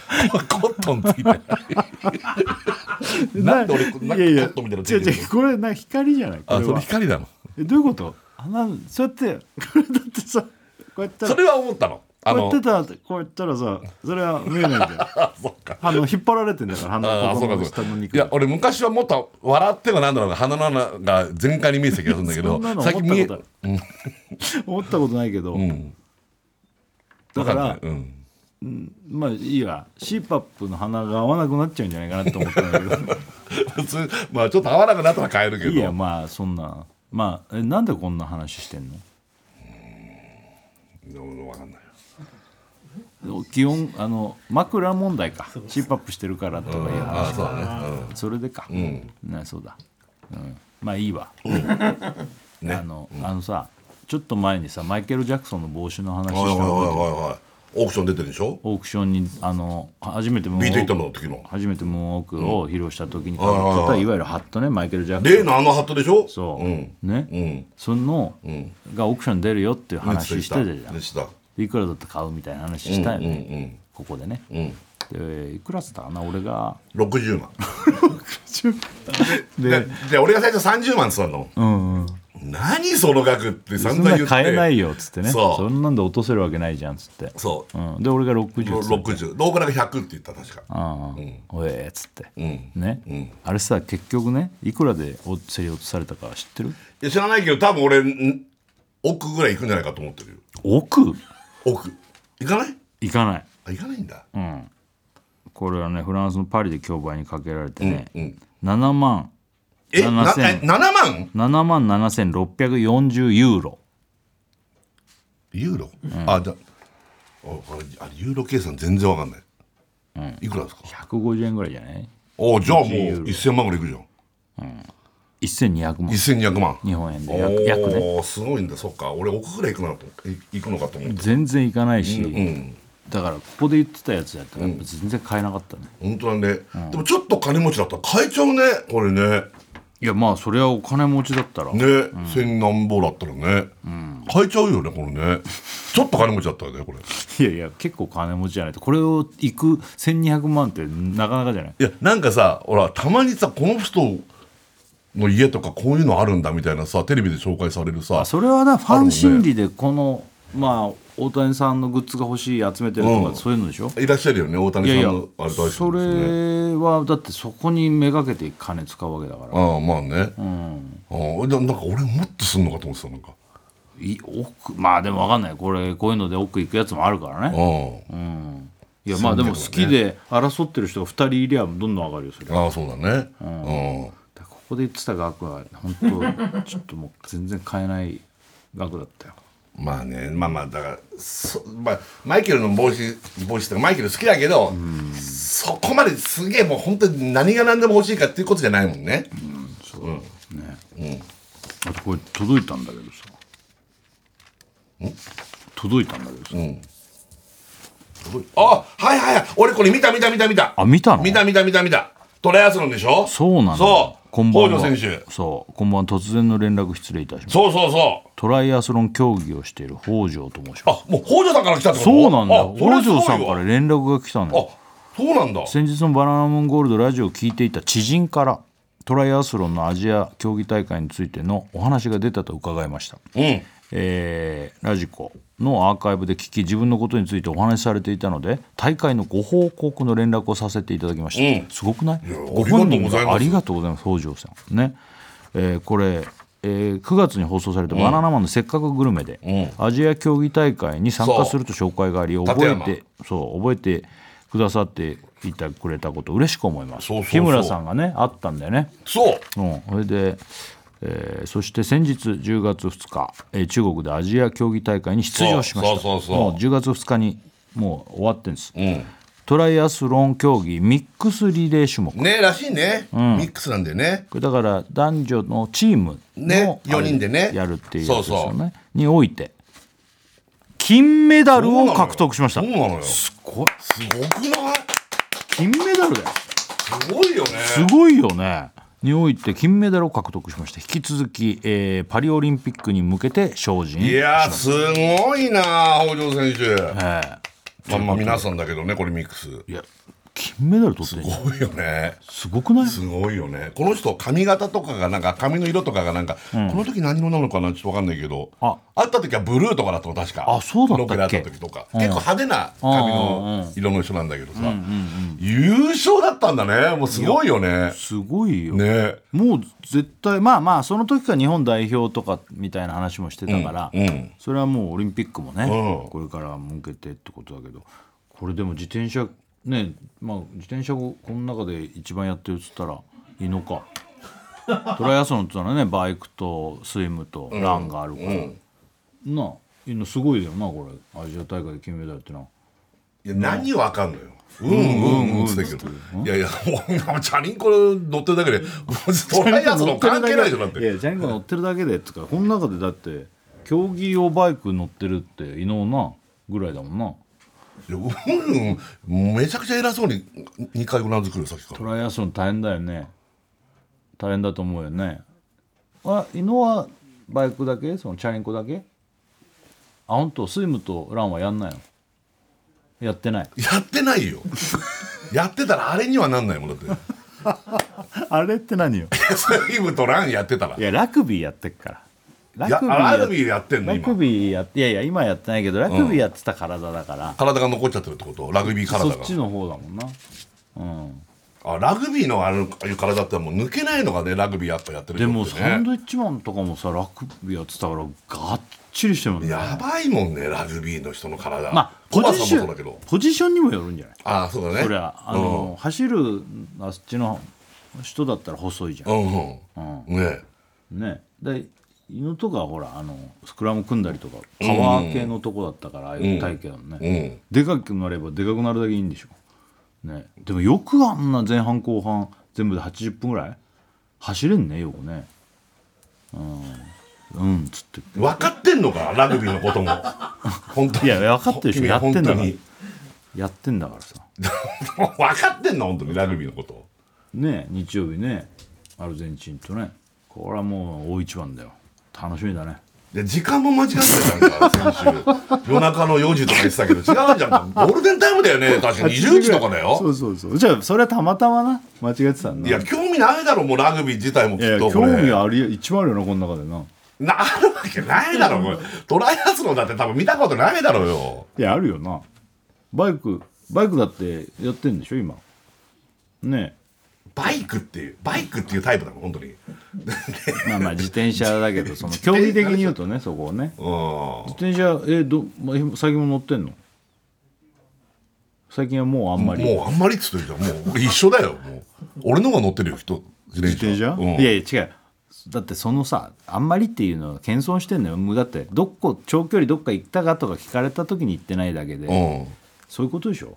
S2: コットンついて
S1: <laughs>
S2: ないなんで俺なんかコットンみたいなのついてるの
S1: 違う違うこれな光じゃないこ
S2: あ
S1: れ
S2: それ
S1: は
S2: 光なの
S1: えどういうこと鼻そうやってこれだってさこうやったら
S2: それは思ったのあ
S1: こうや
S2: の
S1: ってたらこうやったらさそれは見えないじゃん
S2: あそっか
S1: あの引っ張られてんだから
S2: あ
S1: 鼻
S2: あ
S1: の
S2: そう
S1: ここ
S2: か
S1: の
S2: そう
S1: 下
S2: か
S1: の
S2: い
S1: 肉
S2: や俺昔はもっと笑ってはなんだろうな鼻の穴が全開に見えてた気がするんだけ
S1: そ
S2: ど
S1: んなの
S2: 最
S1: 思
S2: 近
S1: った
S2: 見え
S1: ことある思ったことないけど、
S2: うん
S1: だ
S2: わ
S1: から
S2: んないうん
S1: まあいいや CPAP の鼻が合わなくなっちゃうんじゃないかなと思ったんだけど
S2: 普通まあちょっと合わなくなったら変えるけど
S1: いいやまあそんなまあえなんでこんな話してんの
S2: でもわかんない
S1: 気温あの枕問題かチープアップしてるからとかいう
S2: ああ
S1: 話
S2: そう
S1: だ、
S2: だね
S1: それでか、なそうだ、うん、まあいいわ、
S2: ね
S1: あの,、あのさちょっと前にさマイケル・ジャクソンの帽子の
S2: う
S1: 話し
S2: ん
S1: た
S2: おいおいおい
S1: の
S2: おいおいオークション出てるでしょ
S1: オークションにあの初めてムーンウ
S2: ビート
S1: ォ
S2: 行
S1: ー
S2: った
S1: ク
S2: の時の
S1: 初めてムーンウォークを披露した時にかぶって
S2: うん
S1: たいわゆるハットねマイケル・ジャクソン
S2: 例のあのハットでしょ
S1: そう、
S2: ん
S1: ね、
S2: うん
S1: その、
S2: ん
S1: がオークションに出るよっていう話してたじゃん
S2: でした
S1: いくらだって買うみたいな話したよね、ここでね、
S2: うん
S1: でいくらっつったかな
S2: <laughs>
S1: 俺が
S2: 60万
S1: で、
S2: で俺が最初30万っつったんだもん
S1: うんうん、
S2: 何その額って
S1: そ
S2: 散
S1: ん
S2: 々言
S1: な
S2: って
S1: ん買えないよっつってね
S2: そう
S1: んなんで落とせるわけないじゃんっつって、
S2: そ
S1: うん、で俺が
S2: う
S1: 60っつって
S2: 60ローカルが100って言った確か
S1: ああ、おえっつって、
S2: うん
S1: ね、
S2: ん
S1: あれさ結局ねいくらでお競り落とされたか知ってる
S2: いや知らないけど多分俺ん奥ぐらい行くんじゃないかと思ってるよ
S1: 億
S2: 奥行かない
S1: いかない、
S2: あ行かないんだ
S1: うん、これはねフランスのパリで競売にかけられてね、
S2: うん
S1: 7万
S2: え
S1: 7000
S2: なえ7万
S1: 7万7640ユーロ
S2: ユーロ、あじゃあおあれあれユーロ計算全然わかんない、いくらですか
S1: 150円ぐらいじゃない
S2: おじゃあもう
S1: ユーロ
S2: 1000万ぐらいいくじゃん
S1: 1200万
S2: 1200万
S1: 日本円で
S2: お
S1: 約約ね
S2: おーすごいんだそっか俺奥ぐらい行くなとい行くのかと思って
S1: 全然いかないし、
S2: うん
S1: だからここで言ってたやつやったらやっぱ全然買えなかったね、
S2: 本当だね、でもちょっと金持ちだったら買えちゃうねこれね
S1: いやまあそれはお金持ちだったら、
S2: ね、千何ぼだったらね、買えちゃうよねこれねちょっと金持ちだったらねこれい
S1: <laughs> いやいや結構金持ちじゃないとこれを行く1200万ってなかなかじゃない
S2: やなんかさほらたまにさこの人の家とかこういうのあるんだみたいなさテレビで紹介されるさ
S1: それはなファン心理でこの、まあ大谷さんのグッズが欲しい集めてるとか、
S2: うん
S1: そういうのでしょ
S2: いらっしゃるよね大谷
S1: い
S2: さ
S1: や
S2: ん
S1: いや
S2: のあれ大好きです
S1: それ
S2: ね
S1: はだってそこにめがけて金使うわけだから、
S2: ああまあね、
S1: うん、
S2: ああでなんか俺もっとすんのかと思ってたなんか
S1: い奥まあでも分かんないこれこういうので奥行くやつもあるからね、
S2: あ
S1: うん、いやまあでも好きで争ってる人が2人いりゃどんどん上がるよそれ
S2: あああそうだねうん、
S1: だからここで言ってた額は本当ちょっともう全然買えない額だったよ
S2: まあねまあまあだからそ、まあ、マイケルの帽子帽子とかマイケル好きだけどそこまですげえもう本当に何が何でも欲しいかっていうことじゃないもんね、
S1: そうね、あとこれ届いたんだけどさ届いたんだけどさ、
S2: あはいはいはい俺これ見た見た見た見た
S1: あ見たの
S2: 見た見た見た見たトライアスロンでしょ
S1: そうなの
S2: そう
S1: こんばん
S2: 北
S1: は
S2: 条選手
S1: そうこんばんは突然の連絡失礼いたします
S2: そうそうそう
S1: トライアスロン競技をしている北条と申しま
S2: あ
S1: す
S2: もう北条さんから来たってこと
S1: そうなんだよ
S2: あそれす
S1: 北
S2: ごい
S1: 条
S2: わ
S1: さんから連絡が来たのよ
S2: あそうなんだ
S1: 先日のバナナムーンゴールドラジオを聞いていた知人からトライアスロンのアジア競技大会についてのお話が出たと伺いました
S2: うん
S1: えーラジコのアーカイブで聞き自分のことについてお話しされていたので大会のご報告の連絡をさせていただきました、
S2: うん
S1: すごくない
S2: や
S1: ご本人が
S2: あ
S1: あ
S2: り
S1: り
S2: が
S1: がとうございます北条さんね、えーこれ、えー9月に放送された「バナナマンのせっかくグルメで」アジア競技大会に参加すると紹介があり覚え
S2: 立
S1: てそう覚えてくださっていたくれたこと嬉しく思います
S2: そうそうそう
S1: 日村さんがねあったんだよね
S2: そう
S1: うん、それで、えーそして先日10月2日、えー中国でアジア競技大会に出場しました
S2: そうそうそうそう
S1: もう10月2日にもう終わってんです、
S2: ん
S1: トライアスロン競技ミックスリレー種目
S2: ねらしいね、ミックスなんでね
S1: これだから男女のチームの、
S2: ね四人でね
S1: やるっていうやつですよ
S2: そ
S1: ね
S2: うそ
S1: において金メダルを獲得しました
S2: そうなのよ
S1: すごい
S2: すごくない
S1: 金メダルだよ
S2: すごいよね
S1: すごいよね。において金メダルを獲得しました引き続き、えーパリオリンピックに向けて精進
S2: いやーすごいなー北条選手
S1: え
S2: まあまあ皆さんだけどねこれミックス
S1: えいや金メダル取って
S2: す
S1: んじゃん
S2: ごいよね
S1: すごくない
S2: すごいよねこの人髪型とかがなんか髪の色とかがなんか、この時何色なのかなちょっとわかんないけど
S1: あ
S2: 会った時はブルーとかだったの確か
S1: あそうだったっけ
S2: ロケで会った時とか、結構派手な髪の色の人なんだけどさ、優勝だったんだねもうすごいよね
S1: すごいよ、
S2: ね
S1: もう絶対まあまあその時から日本代表とかみたいな話もしてたから、
S2: うん
S1: それはもうオリンピックもね、
S2: うん
S1: これから向けてってことだけどこれでも自転車ねまあ自転車をこの中で一番やってるっつったらいいのか <laughs> トライアスロンって言ったらねバイクとスイムとランがあるから、なあいいのすごいよなこれアジア大会で金メダルってない
S2: や何わかんのようんうんうんっつってたけどいやいやもうチャリンコ乗ってるだけでトライアスロン関係ないでしょだって
S1: いやジャンゴ乗ってるだけでとかこの中でだって競技用バイク乗ってるって異能なぐらいだもんない
S2: やうんうんめちゃくちゃ偉そうに2回うなずくよさっきか
S1: ト
S2: ら
S1: ライアスロン大変だよね大変だと思うよねあ伊野はバイクだけそのチャリンコだけあ本当スイムとランはやんないのやってない
S2: やってないよやってたらあれにはなんないもんだって
S1: あれって何よ
S2: スイムとランやってたら
S1: いやラグビーやってっから
S2: いやあラグビー
S1: や
S2: やってんの
S1: ラ
S2: 今
S1: グビーやっていやいや今やってないけどラグビーやってた体だから、
S2: 体が残っちゃってるってことラグビー体
S1: そ
S2: が
S1: っちの方だもんなうん
S2: あラグビーのあのああいう体ってもう抜けないのがねラグビーやっぱやってる
S1: で
S2: 人
S1: も
S2: ってね
S1: サンドイッチマンとかもさラグビーやってたからがっちりしてるもんね
S2: やばいもんねラグビーの人の体
S1: まあポ
S2: 怖
S1: ジ
S2: さも
S1: シ
S2: そ
S1: ョ
S2: うだけ
S1: ン
S2: ど
S1: ポジションにもよるんじゃない
S2: ああそうだね
S1: そりゃあの、走るあっちの人だったら細いじゃ、
S2: うんんうん、うん、ね
S1: ねで犬とかはほらあのスクラム組んだりとかパワー系のとこだったから、ああいう体型だもんね、
S2: え
S1: でかくなればでかくなるだけいいんでしょ、ね、でもよくあんな前半後半全部で80分ぐらい走れんねよくねうんうんっつって
S2: うん分かってんのかラグビーの
S1: <laughs>
S2: ことも本当に
S1: いや分かってるでしょ
S2: 君
S1: やってんだから
S2: 本
S1: やってんだからさ
S2: 当に <laughs> 分かってんの本当にラグビーのこと
S1: ね日曜日ねアルゼンチンとねこれはもう大一番だよ楽しみだね
S2: で時間も間違ってたじゃんか先週夜中の4時とか言ってたけど違うじゃんかゴールデンタイムだよね確か20時とかだ
S1: そ
S2: よ
S1: うそうそうじゃあそれはたまたまな間違ってたんだ
S2: いや興味ないだろもうラグビー自体も
S1: い
S2: き
S1: や
S2: っ
S1: いや
S2: と
S1: 興
S2: これ
S1: 味あり一番あるよなこの中でな
S2: なあるわけないだろこれトライアスロンだって多分見たことないだろうよ
S1: いやあるよなバイクバイクだってやってんでしょ今ね
S2: バイクっていうバイクっていうタイプだもん本当に
S1: えまあま <laughs> あ自転車だけどその競技的に言うとねそこをね
S2: う
S1: 自転車えど、まあ、最近も乗ってんの最近はもうあんま
S2: ん
S1: り
S2: もうあんまりっつってるじゃんもう一緒だよもう俺の方が乗ってるよ人自
S1: 自転車、
S2: うん
S1: いやいや違うだってそのさあんまりっていうのは謙遜してんのよもうだってどっこ長距離どっか行ったかとか聞かれた時に行ってないだけで、
S2: うん
S1: そういうことでしょ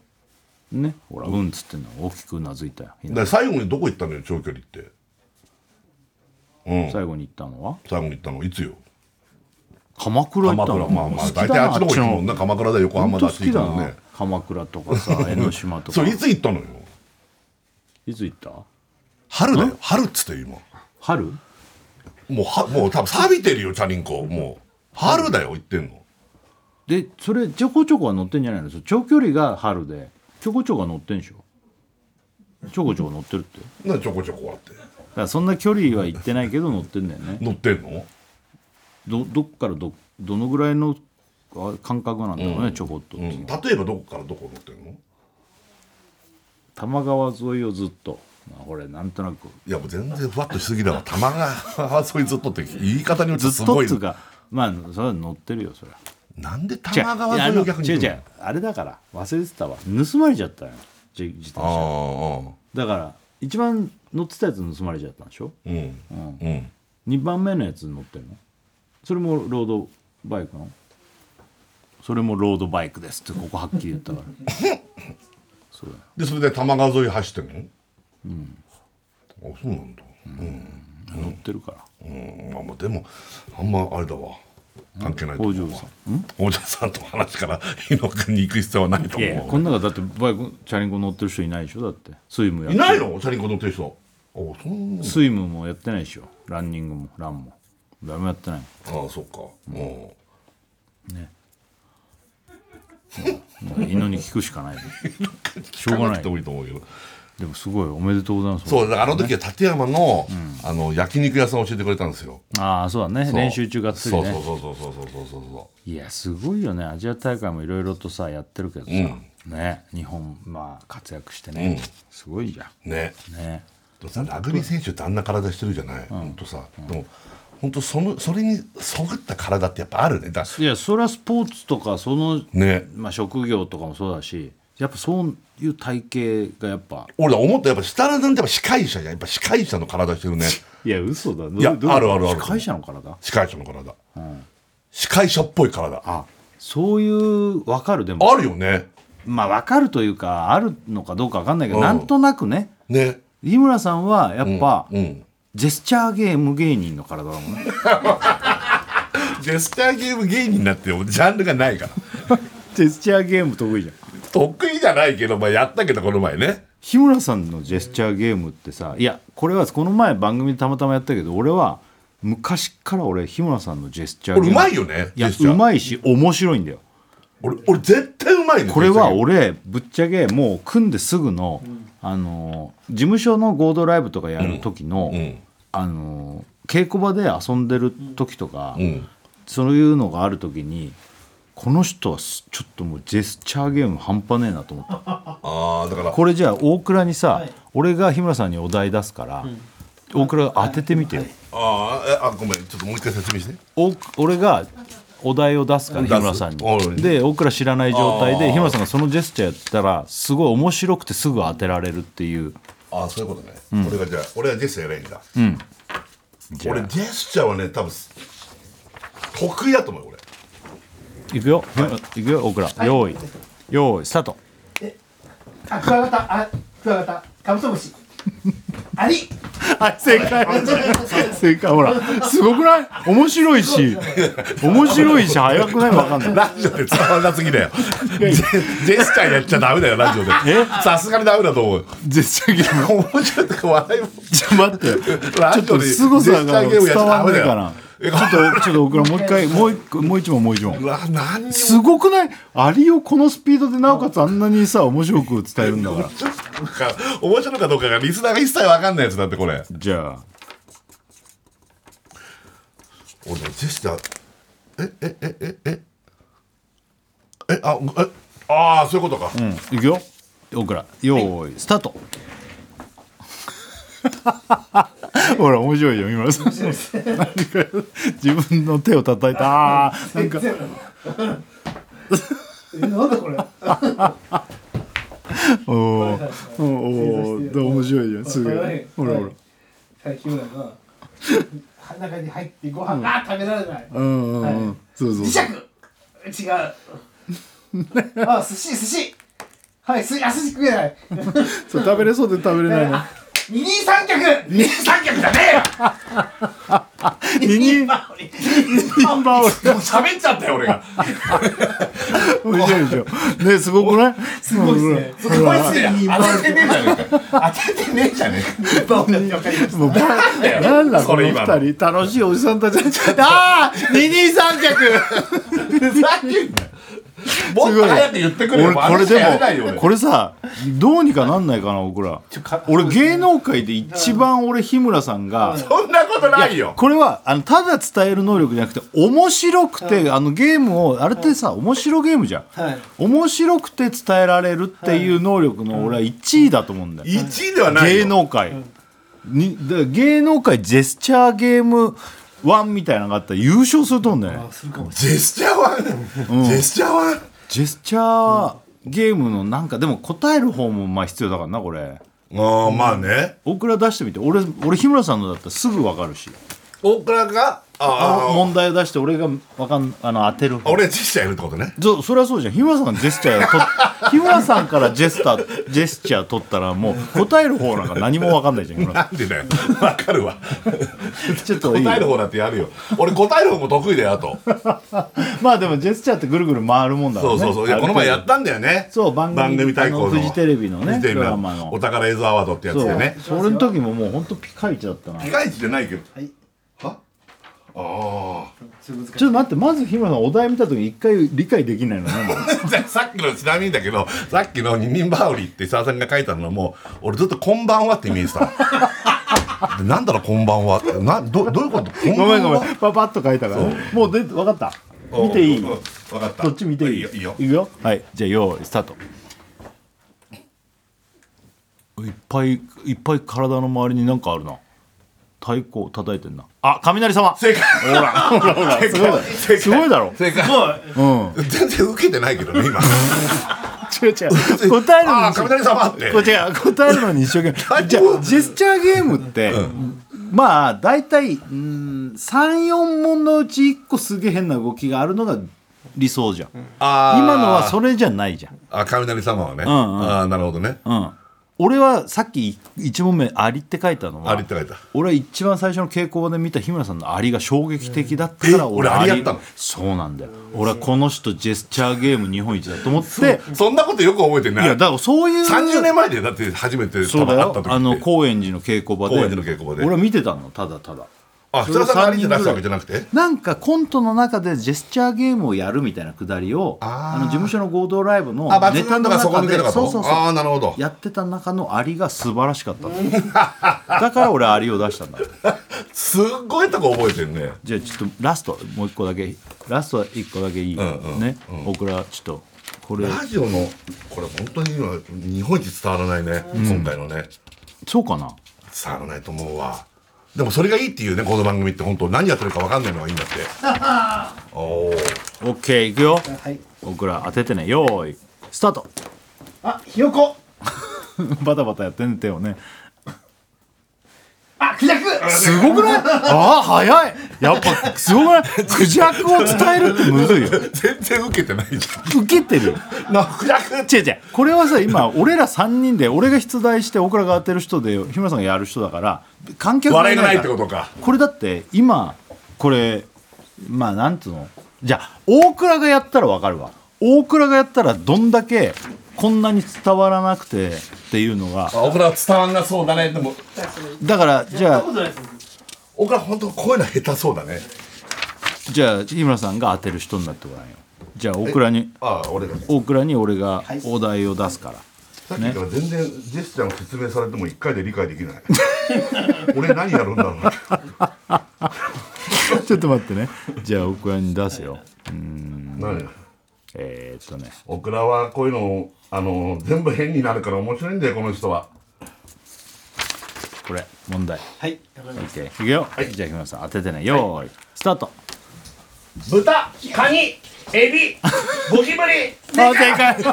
S1: ねほらうんっつってんの大きくうなずいたよ
S2: だから最後にどこ行ったのよ長距離ってうん
S1: 最後に行ったのは
S2: 最後に行ったのいつよ
S1: 鎌倉行
S2: 鎌
S1: った
S2: 倉
S1: の
S2: まあまあ大体あっちの方行くもんな鎌倉だ横
S1: 本
S2: 浜
S1: 当
S2: だ
S1: 好
S2: し行
S1: き
S2: く
S1: だ
S2: もん
S1: な
S2: ね
S1: 鎌倉と
S2: <laughs>
S1: かさ江ノ島と
S2: そ
S1: か
S2: れいつ行ったのよ
S1: いつ行った
S2: 春だよ春っつって今
S1: 春
S2: もうはもう多分錆びてるよチャリンコもう春だよ行ってんの
S1: でそれちょこちょこは乗ってんじゃないのそれ長距離が春でちょこちょこは乗ってんでしょちょこちょこ乗ってるってだ
S2: なんでちょこちょこあって
S1: からそんな距離は行ってないけど乗ってんだよね
S2: 乗ってんの
S1: どどっからどどのぐらいのあ感覚なんだろうね、ちょこっと、
S2: うん、例えばどこからどこ乗ってんの
S1: 多摩川沿いをずっと、まあ、これなんとなく
S2: いやもう全然ふわっとしすぎだわ玉川沿いずっとって言い方によってす
S1: と
S2: ご
S1: っ
S2: い
S1: つうかまあそれは乗ってるよそれは
S2: なんで
S1: 違う
S2: 玉川沿いを逆に
S1: 違う
S2: 行く
S1: 違
S2: の
S1: うあれだから忘れてたわ盗まれちゃったよ自自転車
S2: あ
S1: だから一番乗ってたやつ盗まれちゃったんでしょ
S2: あうんうん
S1: 2番目のやつ乗ってるのそれもロードバイクなのそれもロードバイクですってここはっきり言ったから <laughs> そうだよ
S2: でそれで玉川沿い走ってんのうんあそうなんだ
S1: 乗ってるから
S2: うんまあまあでもあんまあれだわ関係ないと
S1: 北
S2: 思う
S1: 条
S2: わ
S1: さん
S2: お嬢さんと話から日野君に行く必要はないと
S1: いやいや
S2: 思
S1: この中だってバイクチャリンコ乗ってる人いないでしょだってスイムや
S2: う
S1: っ
S2: い
S1: て
S2: ないのチャリンコ乗ってる人あそんな
S1: スイムもやってないでしょランニングもランも誰もやってない
S2: ああそっかうん
S1: ねもう犬に聞くしかないよしょうがない
S2: 人もいいと思うけど
S1: でもすごいおめでとうございます
S2: そうだからあの時は立山の,、あの焼肉屋さん教えてくれたんですよ
S1: ああそうだね練習中がっつりね
S2: そうそうそうそうそうそうそうそ
S1: いやすごいよねアジア大会もいろいろとさやってるけどさ、ね日本まあ活躍してね、すごいじゃ
S2: うね
S1: んね
S2: ラグビー選手ってあんな体してるじゃない、ほんとさ、でも本当そのそれにそぐった体ってやっぱあるねだ
S1: いやそれはスポーツとかその、
S2: ね
S1: まあ、職業とかもそうだしやっぱそういう体型がやっぱ
S2: 俺ら思ったやっぱ設楽さんってやっぱ司会者じゃんやっぱ司会者の体してるね
S1: いや嘘だい
S2: やあるあるある
S1: 司会者の体
S2: 司会者の体、司会者っぽい体あ
S1: あそういう分かるでも
S2: るよね
S1: まあ分かるというかあるのかどうか分かんないけど、
S2: うん
S1: なんとなくね
S2: ね
S1: 井村さんはやっぱ、
S2: うん
S1: ジェスチャーゲーム芸人の体
S2: <laughs>
S1: だもんね
S2: ジェスチャーゲーム芸人になってよジャンルがないから
S1: ジェスチャーゲーム得意じゃん
S2: 得意じゃないけど、まあ、やったけどこの前ね
S1: 日村さんのジェスチャーゲームってさいやこれはこの前番組でたまたまやったけど俺は昔から俺日村さんのジェスチャー
S2: こ
S1: ゲー
S2: れ
S1: ム
S2: うまいよね
S1: いや
S2: ジェスチャー
S1: うまいし面白いんだよ
S2: 俺俺絶対うまいね
S1: これは俺ぶっちゃけもう組んですぐの、あのー事務所の合同ライブとかやる時の、
S2: うん
S1: あのー稽古場で遊んでる時とか、
S2: うん
S1: そういうのがある時にこの人はすちょっともうジェスチャーゲーム半端ねえなと思った
S2: ああだから
S1: これじゃあ大倉にさ、
S3: はい
S1: 俺が日村さんにお題出すから、大倉が当ててみてよ、
S2: あーえあごめんちょっともう一回説明して
S1: お俺がお題を出すから
S2: 出
S1: 日
S2: す
S1: 村さん
S2: おう
S1: にで大倉知らない状態で日村さんがそのジェスチャーやったらすごい面白くてすぐ当てられるっていう
S2: ああそういうことね、俺がじゃあ俺はジェスチャーやればいいんだ、
S1: じゃあ
S2: 俺ジェスチャーはね多分得意だと思うよ俺
S1: いくよ、い、くよ大倉、用意用意スタート
S3: あクワガタあクワガタカブトムシアリ
S1: はい正解正解ほらすごくない面白いし面白いし早くないわかんない
S2: ラジオで伝わらなすぎだよジェジェスチャーやっちゃダメだよラジオで
S1: え
S2: さすがにダメだと思う
S1: 絶対
S2: 面白いとか笑いも
S1: ちょ待って
S2: ラ
S1: ちょっ
S2: ジオ
S1: と
S2: で
S1: 凄さが伝わんないかな
S2: え
S1: ちょっとちょっと大倉もう一回もう一個もう一問もう一問
S2: うわ何 <laughs> に
S1: すごくないアリをこのスピードでなおかつあんなにさ面白く伝えるんだから
S2: もか面白いかどうかがリスナーが一切わかんないやつだってこれ
S1: じゃあ
S2: 俺ねジェスチャーええええええあえああそういうことか、
S1: うんいくよ大倉よーい、スタート <laughs> ほら面白いよ今さん何か自分の手を叩いたあーなんか
S3: ゼロえなんだこれ
S1: おおおおーで面白いじゃんすごい
S3: はい
S1: ほらほら
S3: はい最近はな中に入ってご飯が食べられない
S1: うんうんうんそうそう
S3: 磁石
S1: そう
S3: 違うあ寿司寿司はいすあ寿司食えない
S1: そう食べれそうで食べれないの
S3: あ二人三脚二人三脚だね
S1: 二人
S3: 人
S1: 羽織
S2: もう喋っちゃったよ俺が
S1: 面白いでしょねすごくない
S3: すごいっすねす
S2: こ
S3: ごい
S2: い
S3: っすね
S2: つ当ててねえじゃねえか当ててねえじゃねえか
S3: わかりました
S1: もうば
S2: だよ
S1: なんだこ
S2: そ
S1: の
S2: れ
S1: 二
S2: 今の
S1: 人楽しいおじさんたちああ二人三脚
S2: もっと早く言ってくれ
S1: 俺
S2: よ
S1: これ
S2: あしかやない
S1: で
S2: よ
S1: も
S2: 俺
S1: これさどうにかなんないかな僕ら
S3: か
S1: 俺芸能界で一番俺日村さんが
S2: そんなことないよ
S1: これはあのただ伝える能力じゃなくて面白くてあのゲームをあれってさ面白ゲームじゃん
S3: はい
S1: 面白くて伝えられるっていう能力の俺は1位だと思うんだよ
S2: 1位ではないよ
S1: 芸能界、にで芸能界ジェスチャーゲーム1みたいなのがあったら優勝すると思うんだよね
S3: するかも
S2: ジェスチャーは、ジェスチャーは
S1: ジェスチャーゲームのなんかでも答える方もまあ必要だからなこれ
S2: ああまあね
S1: 大倉出してみて俺俺日村さんのだったらすぐ分かるし
S2: 大倉があ
S1: 問題を出して俺がわかんあの当てる
S2: あ俺はジェスチャーやるってことね
S1: そそれはそうじゃん日村さんがジェスチャーと <laughs> 日村さんからジェスタージェスチャー取ったらもう答える方なんか何も分かんないじゃん日村さ
S2: なんでだよわかるわ
S1: ん <laughs> ちょっといい
S2: 答える方だってやるよ俺答える方も得意だよあと
S1: まあでもジェスチャーってぐるぐる回るもんだか
S2: そ
S1: ら、ね、
S2: うそうそういやこの前やったんだよね
S1: そう番組
S2: 対抗の
S1: あのフジテレビのね
S2: フジテレビ
S1: ドラマの
S2: お宝映像アワードってやつ
S1: そう
S2: でね
S1: それの時ももう本当ピカイチだったな
S2: ピ
S1: ち
S2: カイチじゃないけど
S3: はい
S2: はあ
S3: ちょっと難し
S1: ょっと待ってまず日村さんお題見た時一回理解でき <laughs> ないのなんだろう
S2: あ <laughs> じゃあさっきのちなみにだけどさっきの「二人羽織」って沢さんが書いたのも俺ずっと「こんばんは」ってイメージしたの
S1: <laughs>
S2: でなんだろう「こんばんは」ってなどどういうことこんば
S1: ご
S2: んは
S1: めんごめんパパッと書いたからもうで分かった見ていい
S2: 分かった
S1: こっち見ていい
S2: いいよいいよ
S1: くよはいじゃあ用意スタートいっぱいいっぱい体の周りになんかあるな太鼓叩いてんなあ雷様
S2: 正解
S1: ほらほらほらすごいだろ
S2: 正解
S1: すごいだろ
S2: 正解
S1: うん
S2: 全然受けてないけどね今
S1: 違う違う答える
S2: ああ
S1: のに
S2: 雷様って
S1: これ違う答えるのに一生懸命じゃあジェスチャーゲームって、まあ大体34問のうち1個すげえ変な動きがあるのが理想じゃん
S2: あー
S1: 今のはそれじゃないじゃん、
S2: あ雷様はね、
S1: んうん
S2: ああなるほどね
S1: うん、俺はさっき1問目「アリ」って書いたのは
S2: ありって書いた
S1: 俺は一番最初の傾向で見た日村さんのアリが衝撃的だったから
S2: え俺アリやったの
S1: そうなんだよ俺はこの人ジェスチャーゲーム日本一だと思って
S2: そんなことよく覚えて
S1: い
S2: ない
S1: やだからそういう
S2: 30年前でだって初めて
S1: そう
S2: 会
S1: だ
S2: った
S1: よ
S2: 時って
S1: あの高円寺の稽古場で
S2: 高円寺の稽古場で
S1: 俺は見てたのただただ
S2: あ設楽さんが歩いて出したわけじゃなくて
S1: なんかコントの中でジェスチャーゲームをやるみたいなくだりを
S2: あー
S1: あの事務所の合同ライブの
S2: あバ
S1: ネ
S2: ツガ
S1: タ
S2: ン
S1: の
S2: とかそこ
S1: 中
S2: 抜け
S1: で
S2: とか
S1: そう
S2: と
S1: そう
S2: あ
S1: そ
S2: あなるほど
S1: うやってた中のアリが素晴らしかった
S2: <laughs>
S1: とだから俺アリを出したんだ
S2: すっごいとこ覚えてるね
S1: じゃあちょっとラストもう一個だけラスト一個だけいい、
S2: うんうん
S1: ね、大倉ちょっとこれ
S2: ラジオのこれ本当に今日本一伝わらないね、今回のね
S1: そうかな
S2: 伝わらないと思うわでもそれがいいっていうねこの番組って本当何やってるか分かんないのがいいんだって <laughs> おお
S1: オッケーいくよ
S3: はい
S1: 大倉当ててねよーいスタート <laughs>
S3: あひよこ
S1: バタバタやってんね手をね
S3: あクジャク
S1: すごくないああ早いやっぱすごくない <laughs> クジャクを伝えるってむずいよ
S2: 全然受けてないじ
S1: ウケてる
S2: <laughs>
S1: よ
S2: ゃんなクラク
S1: 違う違うこれはさ今俺ら3人で俺が出題して大倉が当てる人で日村さんがやる人だから観客
S2: 笑いがない
S1: か
S2: って
S1: ら
S2: ことか
S1: これだって今これまあなんつうのじゃあ大倉がやったらわかるわ大倉がやったらどんだけこんなに伝わらなくてっていうのが
S2: あ僕ら伝わんなそうだねでも
S1: だからじゃあ
S2: 僕ら本当こういうの下手そうだね
S1: じゃあ日村さんが当てる人になってごらんよじゃあ大倉に
S2: ああ俺が
S1: 大倉に俺がお題を出
S2: <laughs>
S1: すから、
S2: さっきから全然ジェスチャーの説明されても一回で理解できない <laughs> 俺何やるんだろうな
S1: ちょっと待ってねじゃあ大倉に出すよ
S2: 何
S1: えー、っとね
S2: オクラはこういうのをあの全部変になるから面白いんだよこの人は
S1: これ問題
S3: はいわかりまし
S1: OK いくよ、じゃあ日村さん当ててねよーい、スタート
S4: 豚、カニ、エビ、ゴキブリ。
S1: あ正解 <laughs>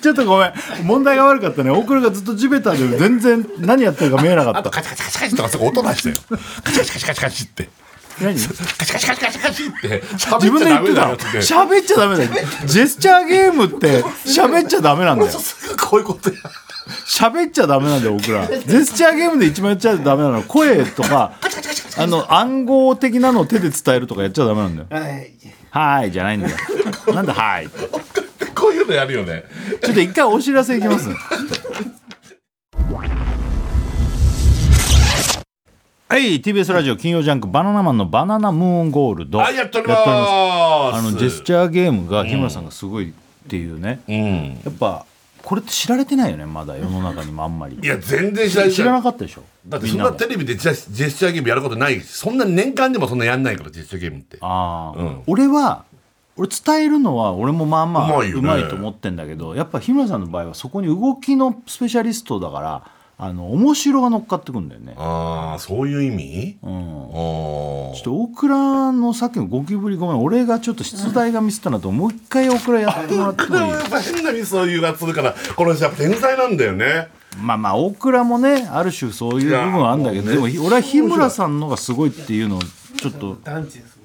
S1: ちょっとごめん問題が悪かったね大倉がずっと地べたで全然何やってるか見えなか
S2: あ
S1: っ
S2: とカ
S1: た
S2: チカチカチカチとかそこ音出してよカチカチカチカチカチって
S1: 何
S2: カチカチカチカチカチって
S1: 自
S2: 喋っ
S1: 分
S2: ち
S1: で
S2: ゃダ
S1: 言っ
S2: メ
S1: て
S2: だよ
S1: たの
S2: って
S1: 喋っちゃダメだよジェスチャーゲームって喋っちゃダメなんだよ
S2: すぐこういうことや
S1: 喋っちゃダメなんだよ僕らジェスチャーゲームで一番やっちゃダメなのは声とかあの暗号的なのを手で伝えるとかやっちゃダメなんだよ
S3: たはい
S1: 「はーい」じゃないんだよなんだ「はーい」って
S2: こういうのやるよね
S1: ちょっと一回お知らせいきますはい TBS ラジオ金曜ジャンク「バナナマンのバナナムーンゴールド」
S2: あやっております
S1: あのジェスチャーゲームが日村さんがすごいっていうね、
S2: うん
S1: やっぱこれって知られてないよねまだ世の中にもあんまり
S2: いや全然知らない
S1: 知らなかったでしょ
S2: だって
S1: み
S2: そん
S1: んな
S2: な
S1: も
S2: テレビでジェスジェスチャーゲームやることないしそんな年間でもそんなやんないからジェスチャーゲームって
S1: ああ、
S2: うん
S1: 俺は俺伝えるのは俺もまあまあ
S2: うまいよね
S1: うまいと思ってんだけどやっぱ日村さんの場合はそこに動きのスペシャリストだからあの面白が乗っかってくんだよね、
S2: ああそういう意味
S1: うん、
S2: あ
S1: ちょっと大倉のさっきのゴキブリごめん俺がちょっと出題がミスったなともう一回大倉やってもらって
S2: あ
S1: も
S2: <laughs>
S1: いい
S2: やっぱ変なミスを言うやつするからこの人やっぱ天才なんだよね
S1: まあまあ大倉もねある種そういう部分はあるんだけど
S2: いや
S1: で
S2: も
S1: も
S2: うね
S1: 俺は日村さんのがすごいっていうのをちょっと
S3: 団地です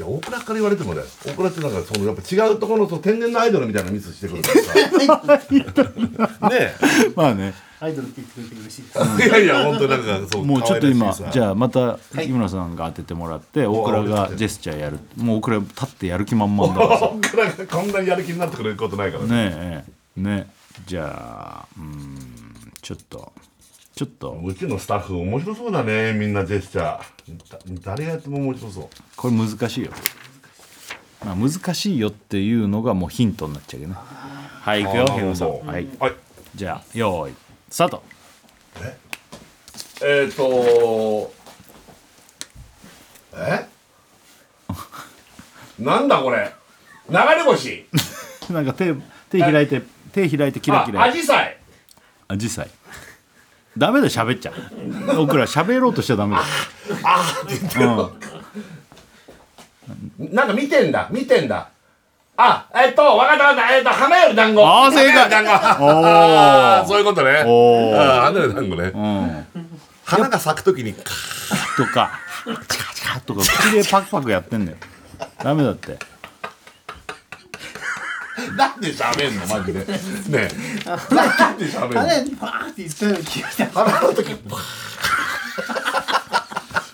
S2: いや大倉から言われてもね大倉ってなんかそのやっぱ違うところのその天然のアイドルみたいなミスしてくるから
S1: <laughs>
S2: さね
S1: まあね
S3: アイドルって言ってくれて嬉しいです
S2: えいやいや本当なんかそう
S1: もうちょっと今じ
S2: あ
S1: ゃあまた日村さんが当ててもらって大倉がジェスチャーやるもう大倉立ってやる気満々だからさ
S2: 大倉がこんなにやる気になってくれることないからね
S1: ねえねじゃあうーんちょっとちょっと
S2: うちのスタッフ面白そうだねみんなジェスチャーだ誰がやっても面白そう
S1: これ難しいよ、まあ、難しいよっていうのがもうヒントになっちゃうけどねはい行くよ
S2: あー
S1: ヒロさん
S2: なるほど
S1: はい
S2: はい
S1: じゃあよーいスタート
S2: えっ、ー、とえ <laughs> なんだこれ流れ星
S1: なんか手手開いて手開いてキラキ
S2: あ
S1: ラ
S2: 紫陽花
S1: あ実際ダメだよ喋っちゃう僕ら喋ろうとしちゃダメだよ
S2: なんか見てんだ見てんだあえっ、とわかったわかったえっ、と花より団子
S1: あー正解
S2: 花より団子あー <laughs> そういうことね
S1: おー
S2: あー花より団子ね、花が咲くときにカー
S1: とかチカチカとか口でパクパクやってんだよダメだって
S2: なんで喋んのマジでねえなんで喋んの
S3: あれバーって言ったような気がした
S2: 花の時バ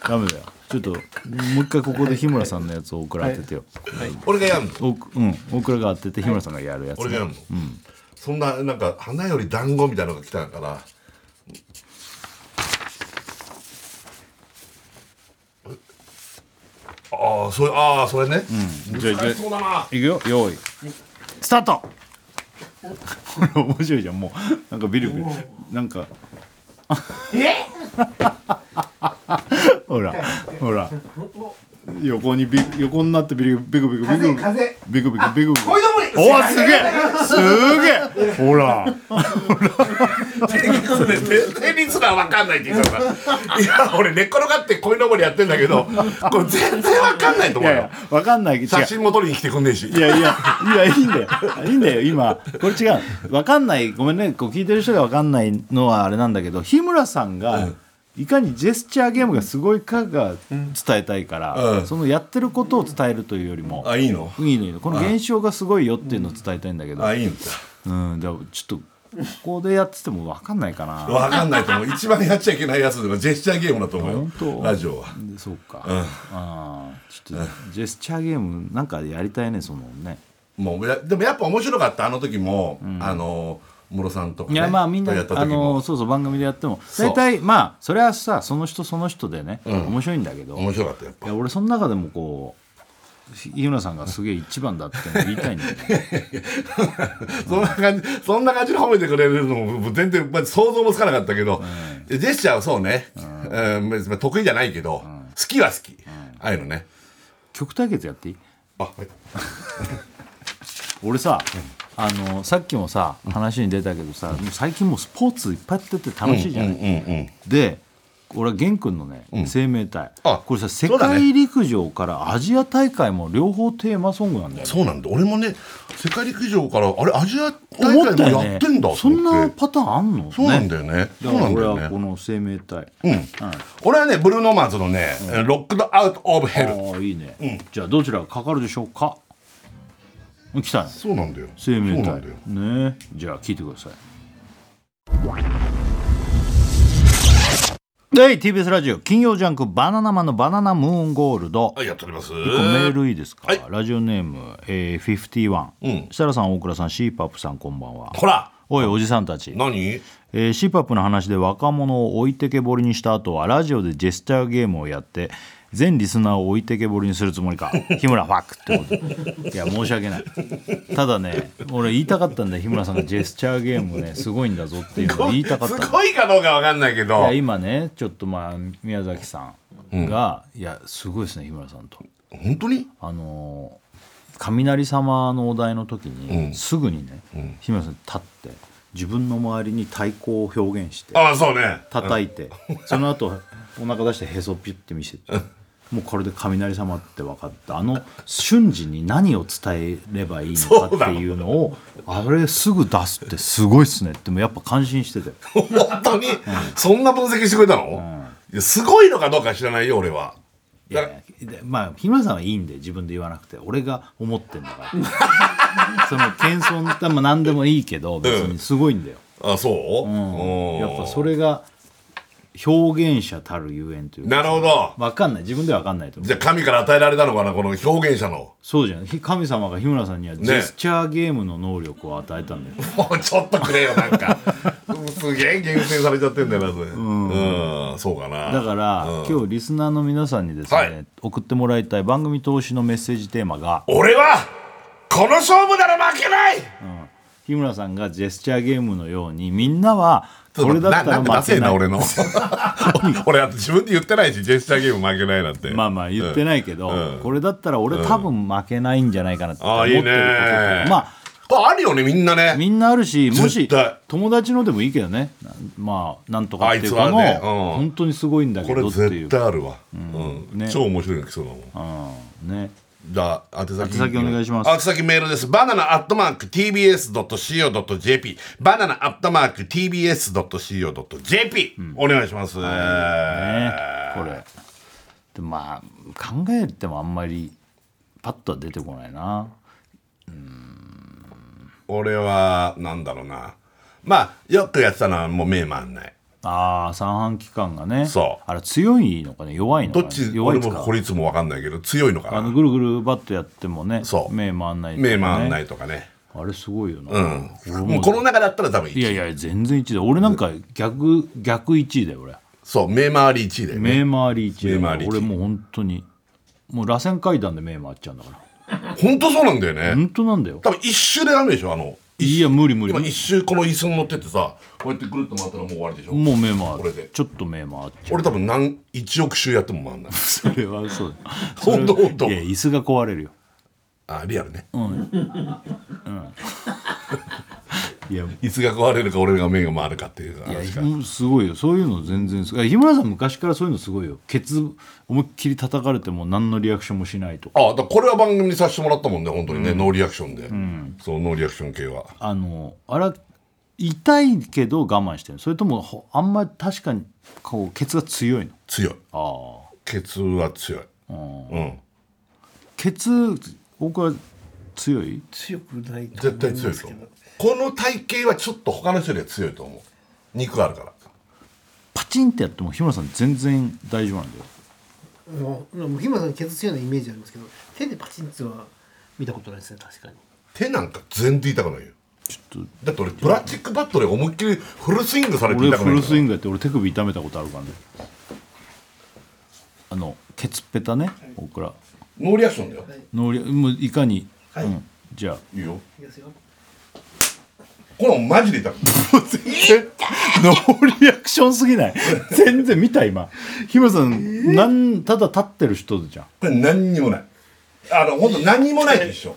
S2: ー
S1: ダメだよちょっともう一回ここで日村さんのやつを大倉当ててよ、
S2: 俺がやんの
S1: おくうん大倉が当てて日村さんがやるやつ、
S2: 俺がやんの、そんななんか花より団子みたいなのが来たからああそれああそれね、
S1: じゃあい
S2: そうだな
S1: くよ用意スタートこれ面白いじゃんもうなんかビルビルなんかえ <laughs> ほらほら横にビ横になってビルビクビクビクビク
S3: 風
S1: ビクビクビクビク
S4: こいのぼり
S1: おーすげえすげえほら
S2: テニスが分かんないって言ってたからいや俺寝っ転がってこいのぼりやってんだけどこれ全然分かんないと思
S1: い
S2: う
S1: やい
S2: よ
S1: やわかんないけど違
S2: 写
S1: う
S2: 真も撮りに来てくんねえし
S1: いやいや、いや、いいんだよ。いいんだよ、今。これ違う。わかんない。ごめんね。こう聞いてる人がわかんないのはあれなんだけど、日村さんが、いかにジェスチャーゲームがすごいかが伝えたいから、
S2: うん
S1: そのやってることを伝えるというよりも、
S2: あいいの
S1: いいのいいのこの現象がすごいよっていうのを伝えたいんだけど、
S2: あいいんだ
S1: うん、でもちょっと、ここでやっててもわかんないかな。
S2: 分かんないと思う一番やっちゃいけないやつとかジェスチャーゲームだと思
S1: 本
S2: うよ
S1: 当
S2: ラジオは
S1: そうか。ああ、ちょっと、ジェスチャーゲームなんかやりたいね、そのね。
S2: もうやでもやっぱ面白かったあの時も、あのムロさんとか、ね、
S1: いやまあみんな、
S2: やった
S1: あ
S2: 時も
S1: のそうそう番組でやっても
S2: そう
S1: 大体まあそれはさその人その人でね、面白いんだけどい
S2: 面白かったやっぱ
S1: や俺その中でもこう日村さんがすげえ一番だっての言いたいんだよ
S2: <laughs>
S1: ね
S2: そんな感じ、そんな感じで褒めてくれるのも全然、まあ、想像もつかなかったけど、ジェスチャーはそうね、うん別に得意じゃないけど、好きは好き、ああいうのね。
S1: 曲対決やっていい
S2: あ、はい
S1: 俺さ、あのさっきもさ話に出たけどさ、もう最近もうスポーツいっぱいやってて楽しいじゃない、で俺は玄君のね、生命体
S2: あ
S1: これさ世
S2: そうだね
S1: 界陸上からアジア大会も両方テーマソングなんだよ
S2: そうなんだ。俺もね、世界陸上から、あれ、アジア
S1: 思
S2: 大
S1: った
S2: 会
S1: よ
S2: も
S1: ね
S2: やってんだ、
S1: そん
S2: と思
S1: な
S2: って
S1: パターンあんの
S2: そうなんだよね。そ
S1: だか
S2: うな
S1: ら
S2: んだ
S1: 俺
S2: よ
S1: はこ
S2: ね。
S1: の生命体、
S2: 俺はね、ブルーノマーズのね、ロックドアウト・オブ・ヘル。
S1: ああいいね、じゃあどちらがかかるでしょうか来たね
S2: そうなんだよ。
S1: 生命
S2: そうなん
S1: 体
S2: だよ。
S1: ねじゃあ聞いてくださいはい TBS ラジオ金曜ジャンク「バナナマンのバナナムーンゴールド」
S2: はい、やっております。
S1: 一個メールいいですか、
S2: はい
S1: ラジオネーム、えー、51、
S2: うん
S1: 設楽さん大倉さんシーパップさんこんばんは
S2: ほら
S1: おいおじさんたち
S2: 何
S1: えー、CPAP の話で若者を置いてけぼりにした後はラジオでジェスチャーゲームをやって全リスナーを置いてけぼりにするつもり <laughs> か日村ファックってこといや申し訳ないただね俺言いたかったんだよ日村さんがジェスチャーゲームねすごいんだぞっていうのを言いたかったんだ
S2: すごいかどうかわかんないけど。
S1: いや今ねちょっとまあ宮崎さんが、いやすごいですね日村さんと
S2: 本当に
S1: あのー雷様のお題の時に、すぐにね、日村さん立って自分の周りに太鼓を表現して
S2: ああ、そうね。
S1: 叩いて、その後お腹出してへそピュッて見せて、もうこれで雷様って分かったあの瞬時に何を伝えればいいのかっていうのをあれすぐ出すってすごいっすねってもやっぱ感心してて
S2: 本当に、そんな分析してくれたの、いやすごいのかどうか知らないよ俺は。
S1: いやいやでまあ日村さんはいいんで自分で言わなくて俺が思ってんだから
S2: <laughs>
S1: その謙遜ってまあ何でもいいけど別にすごいんだよ、
S2: あそう、
S1: う
S2: うん
S1: んやっぱそれが表現者たるゆえんというか
S2: なるほど。
S1: 分かんない自分では分かんないと思う
S2: じゃあ神から与えられたのかなこの表現者の。
S1: そうじゃんひ神様が日村さんにはジェスチャーゲームの能力を与えたんだよ、
S2: もうちょっとくれよなん
S1: <laughs>
S2: か。うんすげえ厳選されちゃってんだよなそれ。うん、そうかな。
S1: だから、今日リスナーの皆さんにですね、
S2: はい
S1: 送ってもらいたい番組投資のメッセージテーマが
S2: 俺はこの勝負なら負けない。
S1: 日村さんがジェスチャーゲームのようにみんなはこれだったら
S2: ななんて
S1: 負
S2: ダセ
S1: け
S2: え
S1: な
S2: ない俺の。 <laughs> 俺だって自分で言ってないしジェスチャーゲーム負けないなんて。。
S1: まあまあ言ってないいけど、
S2: うん
S1: これだったら俺多分負けないんじゃないかなって思っ
S2: あ
S1: て
S2: い
S1: る
S2: い
S1: こと
S2: ね
S1: とかまあ
S2: これあるよねみんなね。
S1: みんなあるしもし
S2: 絶対
S1: 友達のでもいいけどねなまあなんとかっていう
S2: あ
S1: か
S2: いつ
S1: の、
S2: はねうん
S1: 本当にすごいんだけ
S2: これ
S1: どってい
S2: 絶
S1: う
S2: 対あるわ、うん
S1: ね
S2: 超面白いの来そうだもん
S1: うんね
S2: じゃあ宛先
S1: 宛先お願いします
S2: 宛先メールですバナナアットマーク TBS.CO.JP バナナアットマーク TBS.CO.JP、お願いします、
S1: ねこれでまあ考えてもあんまりパッとは出てこないな
S2: 俺はなんだろうなまあよくやってたのはもう目回んない
S1: あー三半規管がね
S2: そう
S1: あれ強いのかね弱いのか
S2: どっ
S1: ね
S2: ち
S1: 弱
S2: 俺
S1: いです
S2: も
S1: か
S2: これいつも分かんないけど強いのか
S1: あの
S2: な
S1: ぐるぐるバッとやってもね
S2: そう
S1: 目回んないとかね
S2: 目回んないとかね
S1: あれすごいよな、
S2: うん
S1: 俺
S2: もうこの中だったら多分
S1: いや
S2: 1位
S1: いや全然1位だ俺なんか逆逆1位だよ俺
S2: そう目回り1位だよね
S1: 目回り1位
S2: 目回り一位
S1: 俺もう本当にもう螺旋階段で目回っちゃうんだから
S2: 本当そうなんだよね
S1: 本当なんだよ
S2: 多分一周でダメでしょあの
S1: いや無理無理
S2: 今一周この椅子に乗ってってさこうやってぐるっと回ったらもう終わりでしょ
S1: もう目
S2: こ
S1: 回
S2: れ
S1: る
S2: で
S1: <laughs> ちょっと目回っちゃう
S2: 俺多分何1億周やっても回んない
S1: <laughs> それはそうだ
S2: ほんとほんと
S1: いや椅子が壊れるよ
S2: あリアルね
S1: いや
S2: いつが壊れるか俺が目が回るかっていう話が
S1: うんすごいよそういうの全然すごいいや日村さん昔からそういうのすごいよケツ思いっきり叩かれても何のリアクションもしないとか
S2: あだからこれは番組にさせてもらったもんね本当にね、ノーリアクションで、そうノーリアクション系は
S1: あのあら痛いけど我慢してるそれともほあんまり確かにこうケツが強いの
S2: 強い
S1: あ
S2: ケツは強いうん
S1: あケツ僕は強い
S3: 強くないと
S2: 絶対
S3: 思いま
S2: 強い
S3: す
S2: と
S3: け
S2: 思
S3: ど
S2: うこの体型はちょっと他の人よりは強いと思う肉あるから
S1: パチンってやっても日村さん全然大丈夫なんだよ
S3: もうもう日村さんケツ強いのイメージありますけど手でパチンっては見たことないですね確かに
S2: 手なんか全然痛くないよ
S1: ちょっ
S2: だって俺プラスチックバットで思いっきりフルスイングされ
S1: と
S2: て
S1: 俺
S2: 痛く
S1: フ
S2: ない
S1: ル
S2: か
S1: ス
S2: ら
S1: イングやって俺手首痛めたことあるからねあのケツペタね僕ら
S2: ノーリアクションだよ
S1: 能力もういかに、うん、じゃあ
S2: いいよ
S3: いきますよ
S2: このマジで痛く
S1: <laughs> ノーリアクションすぎない全然見た今日村さん、なんただ立ってる人じゃん
S2: これ何にもないあの本当何にもないでしょ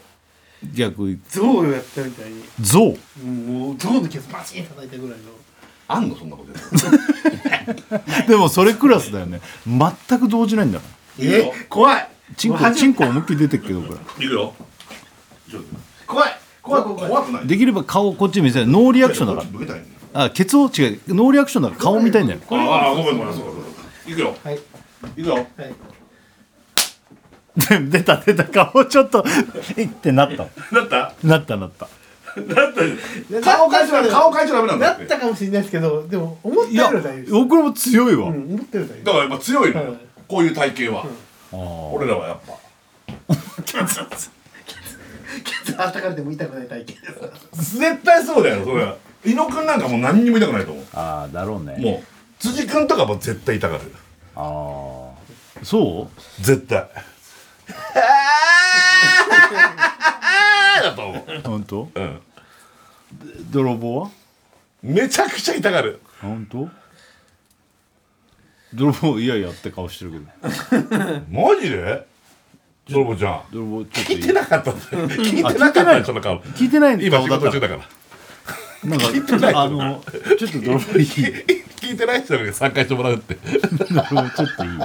S1: 逆
S3: 象をやったみたいに
S1: 象
S3: もう象のケツパチン叩いたぐらいの
S2: あんのそんなことやる
S1: でもそれクラスだよね全く動じないんだから
S2: いい
S1: <laughs>
S2: よ
S3: 怖い
S1: チン
S3: もう
S1: コ
S3: 初
S1: チ
S3: め
S1: ンコ思いっきり出てっけどこれ
S2: いくよちょっと
S3: 怖い怖い怖い怖い
S2: 怖くない
S1: できれば顔こっち見せないノーリアクションだか
S2: こっち向けたいんだよ
S1: らあケツを違うノーリアクションだから顔見たいんだよ
S2: ああごめんごめんそうかそうかいくよ
S3: はい
S2: いくよ
S3: はい
S1: で出た出た顔ちょっといってなった
S2: なった
S1: なったなっ
S2: な
S1: た
S2: った顔変えちゃダメ顔変えちゃダメなんだ
S3: な
S2: って
S3: っ
S2: だ
S3: たかもしれないですけどでも思ったよりは大丈夫です
S1: 僕らも強いわ、
S3: うん思ったよりは大
S2: か
S3: 丈夫
S2: らやっぱ強いの
S3: は
S2: よ
S3: い
S2: こういう体型は
S1: あ
S2: 俺らはやっぱ
S3: ケツ <laughs> 叩かれても痛くない体験です
S2: 絶対そうだよそれは伊野くんなんかもう何にも痛くないと思う
S1: あーだろうね
S2: もう辻くんとかも絶対痛がる
S1: ああそう
S2: 絶 <laughs> 対だと思う
S1: 本当
S2: うん
S1: 泥棒は
S2: めちゃくちゃ痛がる
S1: 本当泥棒いやいやって顔してるけど
S2: マジで泥棒ちゃん
S1: 泥棒ちょっと
S2: 聞いてなかったんだよ聞いてなか
S1: 聞いて
S2: っ
S1: な
S2: た
S1: い
S2: よその顔
S1: 聞いてない
S2: 今
S1: 顔
S2: 仕
S1: だっ
S2: 事
S1: た
S2: 中だから
S1: なんか
S2: 聞いてない
S1: あのちょっと泥棒いい
S2: 聞いてない人に参加してもらうって
S1: 泥棒ちょっといい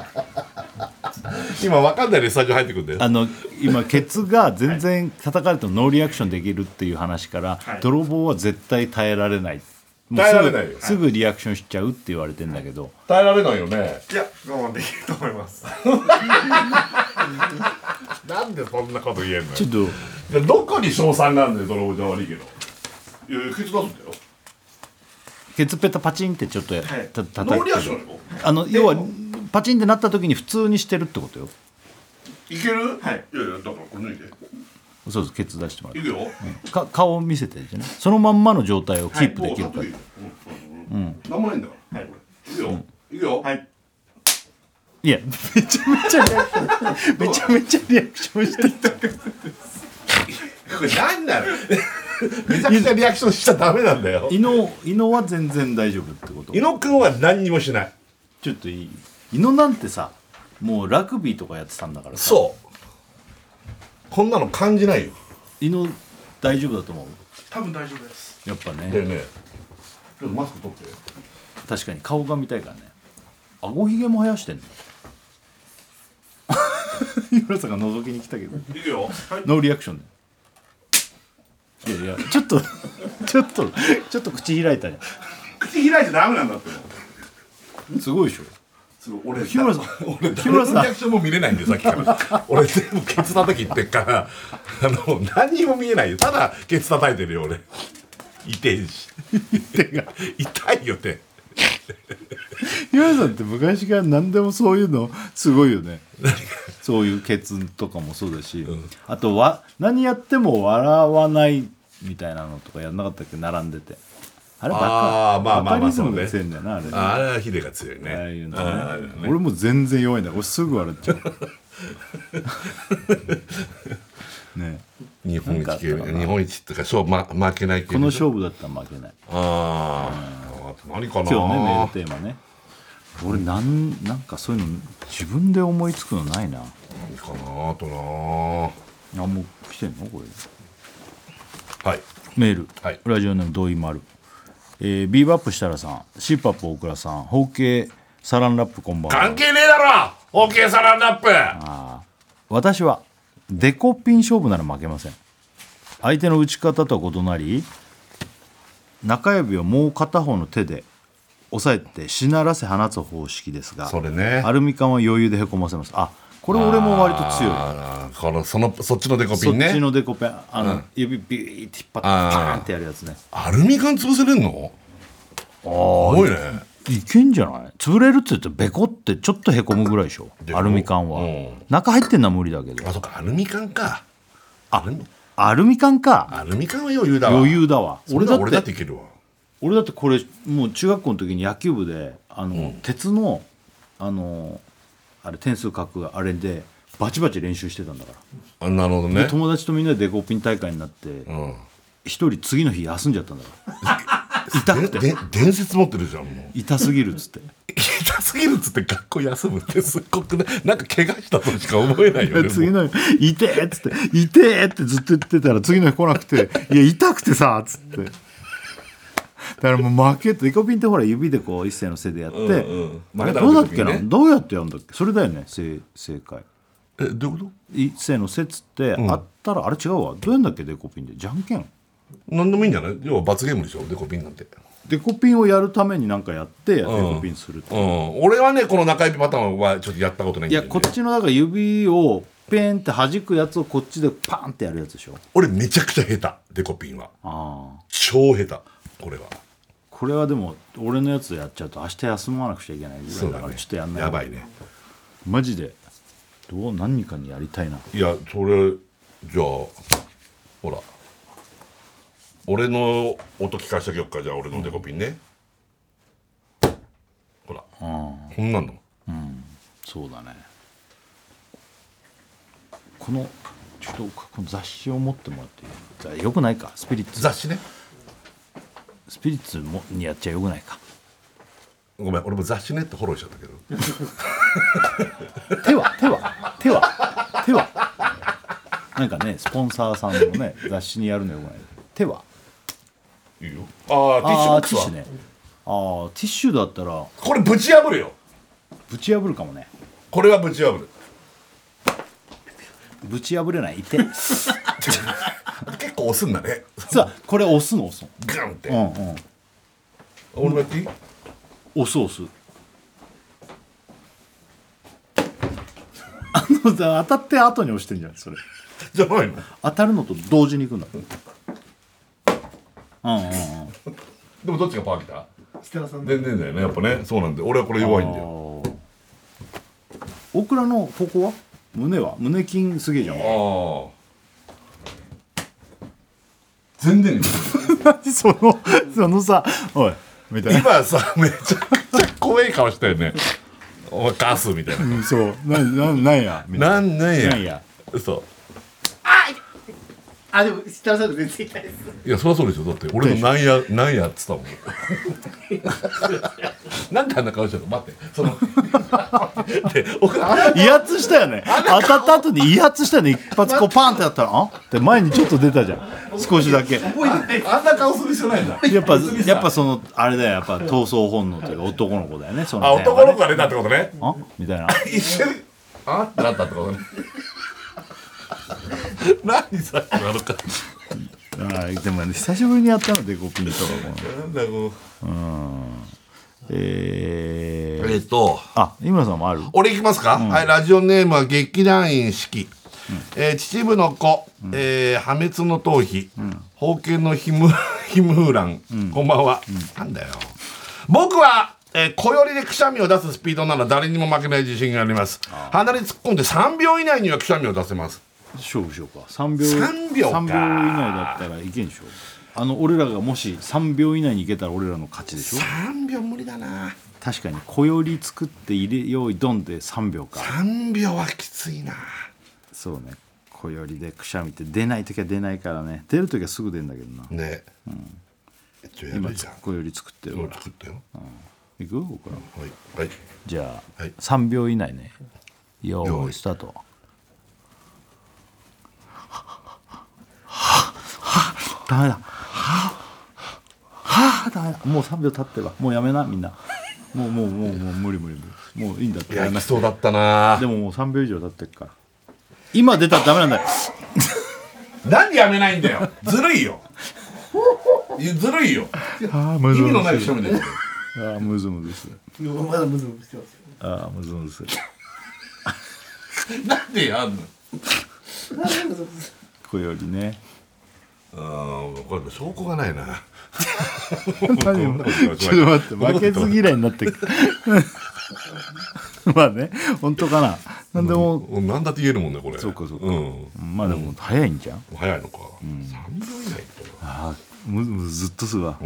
S2: 今わかんないでスタジオ入ってくんだよ
S1: <laughs> あの今ケツが全然叩かれてもノーリアクションできるっていう話から、泥棒は絶対耐えられないもう
S2: 耐え
S1: す
S2: ら
S1: ぐ
S2: れないよ
S1: すぐリアクションしちゃうって言われてんだけど、
S2: 耐えられないよね
S5: いや我慢できると思います
S2: なんでそんなこと言えんの
S1: ちょ
S2: よ
S1: っと
S2: でどこに賞賛があるんだよ泥棒じゃ悪いけどいやいや口出すんだよ
S1: ケツペタパチンってちょっとや、
S5: はい
S1: た
S2: ノー
S1: 叩い
S2: リア
S1: て
S2: クションよ
S1: あの要はパチンってなった時に普通にしてるってことよ
S2: いける
S5: はい
S2: いやいやだからこれ脱いで
S1: そうそうケツ出してもら
S2: いくよ
S1: うか顔を見せてじゃないそのまんまの状態をキープできる
S2: もう
S1: か、
S2: 立ってうんうんなんもないんだから
S5: はい
S2: これいくよいくよ
S5: はい
S1: いやめちゃめちゃリアクションめちゃめちゃリアクションしてた
S2: これ何なのめちゃくちゃリアクションしちゃダメなんだよ
S1: 伊野伊野は全然大丈夫ってこと
S2: 伊野くんは何にもしない
S1: ちょっといい伊野なんてさもうラグビーとかやってたんだからさ
S2: そうこんなの感じないよ
S1: 伊野大丈夫だと思う
S5: 多分大丈夫です
S1: やっぱ
S2: だよ
S1: ね
S2: ねちょっとマスク取って
S1: 確かに顔が見たいからね顎ひげも生やしてんの <laughs> 井村さんが覗きに来たけど
S2: いくよはい
S1: ノーリアクションでいやいやちょっと <laughs> ちょっとちょっと口開いたじゃ
S2: 口開いちゃダメなんだって
S1: んすごいでしょ
S2: そう俺
S1: 日村さん
S2: 俺
S1: 日村さ
S2: 誰
S1: ん
S2: のリアクションも見れないんでさっきから
S1: <laughs>
S2: 俺全部ケツ叩きってっからあの何にも見えないよただケツ叩いてるよ俺痛いし手が痛いよ手
S1: 日村さんって昔から何でもそういうのすごいよねそういうケツとかもそうだし、あとわ何やっても笑わないみたいなのとかやんなかったっけ並んでてあれバカ
S2: あーまあまあまあ
S1: バカリズム
S2: そう
S1: が
S2: ね
S1: 強いんだよなあれね
S2: ああれはヒデが強いね
S1: ああいうのね
S2: あああれね <laughs>
S1: 俺も全然弱いんだよ俺すぐ笑っちゃうね
S2: 日本
S1: なんかあ
S2: 一
S1: った
S2: 系
S1: かな
S2: 日本一っていうかそう、ま、負けない系
S1: この勝負だったら負けない
S2: あーあと何かな
S1: 今日ねメールテーマね俺なんなんかそういうの自分で思いつくのないな
S2: 何かなあとなは
S1: あもう来てんのこれ
S2: い
S1: メール、
S2: はい
S1: ラジオネーム同意丸、えー、ビーバップ設楽さんシーパップ大倉さん包茎サランラップこんばんは
S2: 関係ねえだろ OK サランラップ
S1: 私はデコピン勝負なら負けません相手の打ち方とは異なり中指をもう片方の手で押さえてしならせ放つ方式ですが
S2: それね
S1: アルミ缶は余裕でへこませますあこれ俺も割と強い
S2: あーこのそのそっちのデコピ
S1: そ
S2: ンね
S1: っちのデコペンあの、指ビーって引っ張ってパーンってやるやつね
S2: アルミ缶潰せれんのすごいね
S1: いけんじゃない潰れるって言ってベコってちょっとへこむぐらいでしょ
S2: でも
S1: アルミ缶は、
S2: うん
S1: 中入ってんのは無理だけど
S2: あそっかアルミ缶か
S1: あ
S2: アルミ
S1: アルミ缶か
S2: アルミ缶は余裕だわ
S1: 余裕だわ
S2: 俺
S1: 俺
S2: だ
S1: だ
S2: 俺だ
S1: っ
S2: って
S1: て
S2: いけるわ
S1: 俺だってこれもう中学校の時に野球部であの、鉄のあのあれ点数書くあれでバチバチ練習してたんだから、
S2: あなるほど
S1: で
S2: ね
S1: 友達とみんなでデコピン大会になって
S2: うん
S1: 一、人次の日休んじゃったんだから痛く
S2: でで伝説持ってるじゃんもう
S1: 痛すぎるっつって
S2: 痛すぎるっつって学校休むってすっごくねなんか怪我したとしか思えないよね
S1: 次
S2: もう
S1: の日「痛え」っつって「痛え」ってずっと言ってたら次の日来なくて「いや痛くてさ」っつってだからもう負けてデコピンってほら指でこう一斉のせでやって、
S2: うんうん
S1: あ
S2: 負け
S1: れ
S2: た
S1: どうだっ
S2: デコ
S1: けな、
S2: ピンね
S1: どうやってやるんだっけそれだよね正正解
S2: えどういうこ
S1: 一斉のせっつって、あったらあれ違うわどうやんだっけデコピンでじゃんけん
S2: となんでもいいんじゃない要は罰ゲームでしょデコピンなんて
S1: デコピンをやるためになんかやってデコピンするって、
S2: うん俺はねこの中指パターンはちょっとやったことないん
S1: い
S2: だよ
S1: や
S2: ね
S1: こっちのだから指をペンって弾くやつをこっちでパンってやるやつでしょ
S2: 俺めちゃくちゃ下手デコピンは
S1: ああ
S2: 超下手これは
S1: これはでも俺のやつやっちゃうと明日休まなくちゃいけないぐらいだからちょっとやんない
S2: やばいね
S1: マジでどう何かにやりたいない
S2: やそれじゃあほら俺の音聞かせてあげよっかじゃあ俺のデコピンね、ほらこんなんの
S1: そうだねこのちょっとこの雑誌を持ってもらっていいよくないかスピリッツ
S2: 雑誌ね
S1: スピリッツもにやっちゃよくないか
S2: ごめん俺も雑誌ねってフォローしちゃったけど
S1: 手は手は手は手はなんかねスポンサーさんのね雑誌にやるのよくない手はい
S2: いよああティッシュボ
S1: あ
S2: ッ
S1: あ
S2: ク
S1: テ
S2: ス
S1: ィ
S2: は
S1: ッシュねああティッシュだったら
S2: これぶち破るよ
S1: ぶち破るかもね
S2: これはぶち破る
S1: ぶち破れないいて
S2: 結構押すんだね
S1: さあこれ押すの押す
S2: ガンって、
S1: のうんうん
S2: 俺もやっていい
S1: 押す押す <laughs> あのさ当たって後に押してんじゃないそれ
S2: じゃないの
S1: 当たるのと同時に行くんだうんうんうん
S2: でもどっちがパー来た
S3: 設楽さんの
S2: 全然だよねやっぱねそうなんで俺はこれ弱いんだよ
S1: オクラのここは胸は胸筋すげえじゃん
S2: ああ全然
S1: <laughs> そのそのさおいみたい
S2: 今さめちゃくちゃ怖い顔したよねお前ガスみたいな
S1: なそうなんなんなんやみい
S2: なんなんや
S1: なんや
S2: 嘘
S3: あでも設楽さんの全然痛いです
S2: いやそりゃそうでしょだって俺のなんやなんやっつったもん <laughs> なんであんな顔してるの待ってそ <laughs> ので僕あれ
S1: <laughs> 威圧したよね当たった後に威圧したよね一発こうパンってやったらあって前にちょっと出たじゃん少しだけ
S2: あんな顔する必要ないんだ
S1: やっぱやっぱそのあれだよやっぱ闘争本能というか男の子だよねその
S2: あ
S1: 点は
S2: 男の子が出たってことね
S1: あみたいな
S2: 一緒にあってなったってことね <laughs> 何さっきのあの感じ
S1: あーでもね久しぶりにやったのでコピンとかも
S2: なんだこう
S1: え
S2: え
S1: ー、
S2: っと
S1: あ井村さんもある
S2: 俺行きますか、はいラジオネームは劇団員式、えー秩父の子、えー破滅の逃避、封建のひむ <laughs> ひむらん、こんばんは、なんだよ僕は、えー小寄りでくしゃみを出すスピードなら誰にも負けない自信があります鼻に突っ込んで3秒以内にはくしゃみを出せます
S1: 勝負しようか3秒
S2: 3秒か
S1: 3秒以内だったらいけんでしょあの俺らがもし3秒以内にいけたら俺らの勝ちでしょ
S2: 3秒無理だな
S1: 確かに小より作って入れ用意ドンで3秒か
S2: 3秒はきついな
S1: そうね小よりでくしゃみって出ない時は出ないからね出る時はすぐ出るんだけどな
S2: ね、えっとや
S1: 今
S2: るじゃん
S1: 小より作ってる
S2: もう
S1: から
S2: 作ったよ、
S1: いく僕ら
S2: はいはい
S1: じゃあ、
S2: はい
S1: 3秒以内ねよ
S2: 用
S1: ー
S2: 意
S1: いスタートダメだははダメだもう3秒経ってるわもうやめなみんなもうもうもうもう無理無理無理もういいんだって
S2: い
S1: や
S2: や
S1: めな
S2: きそうだったな
S1: でももう3秒以上経ってるから今出たらダメなんだよ
S2: なんでやめないんだよずるいよいやずるいよ
S1: ああむ
S2: 意
S1: ず
S2: 味の
S1: む
S2: ない
S1: ず
S2: 趣味だよ
S1: ああむずむずする
S3: まだムズムズしてますよ
S1: ああむずむずする
S2: なんでやんの
S1: これよりね
S2: あーこれ証拠がないな
S1: ちょっと待って負けず嫌いになって <laughs> くまあね本当かななんでも、
S2: うんなんだって言えるもんねこれ
S1: うかそうか
S2: ん
S1: まあでも早いんじゃん
S2: 早いのか、三秒以内って
S1: ああむむずっとするわ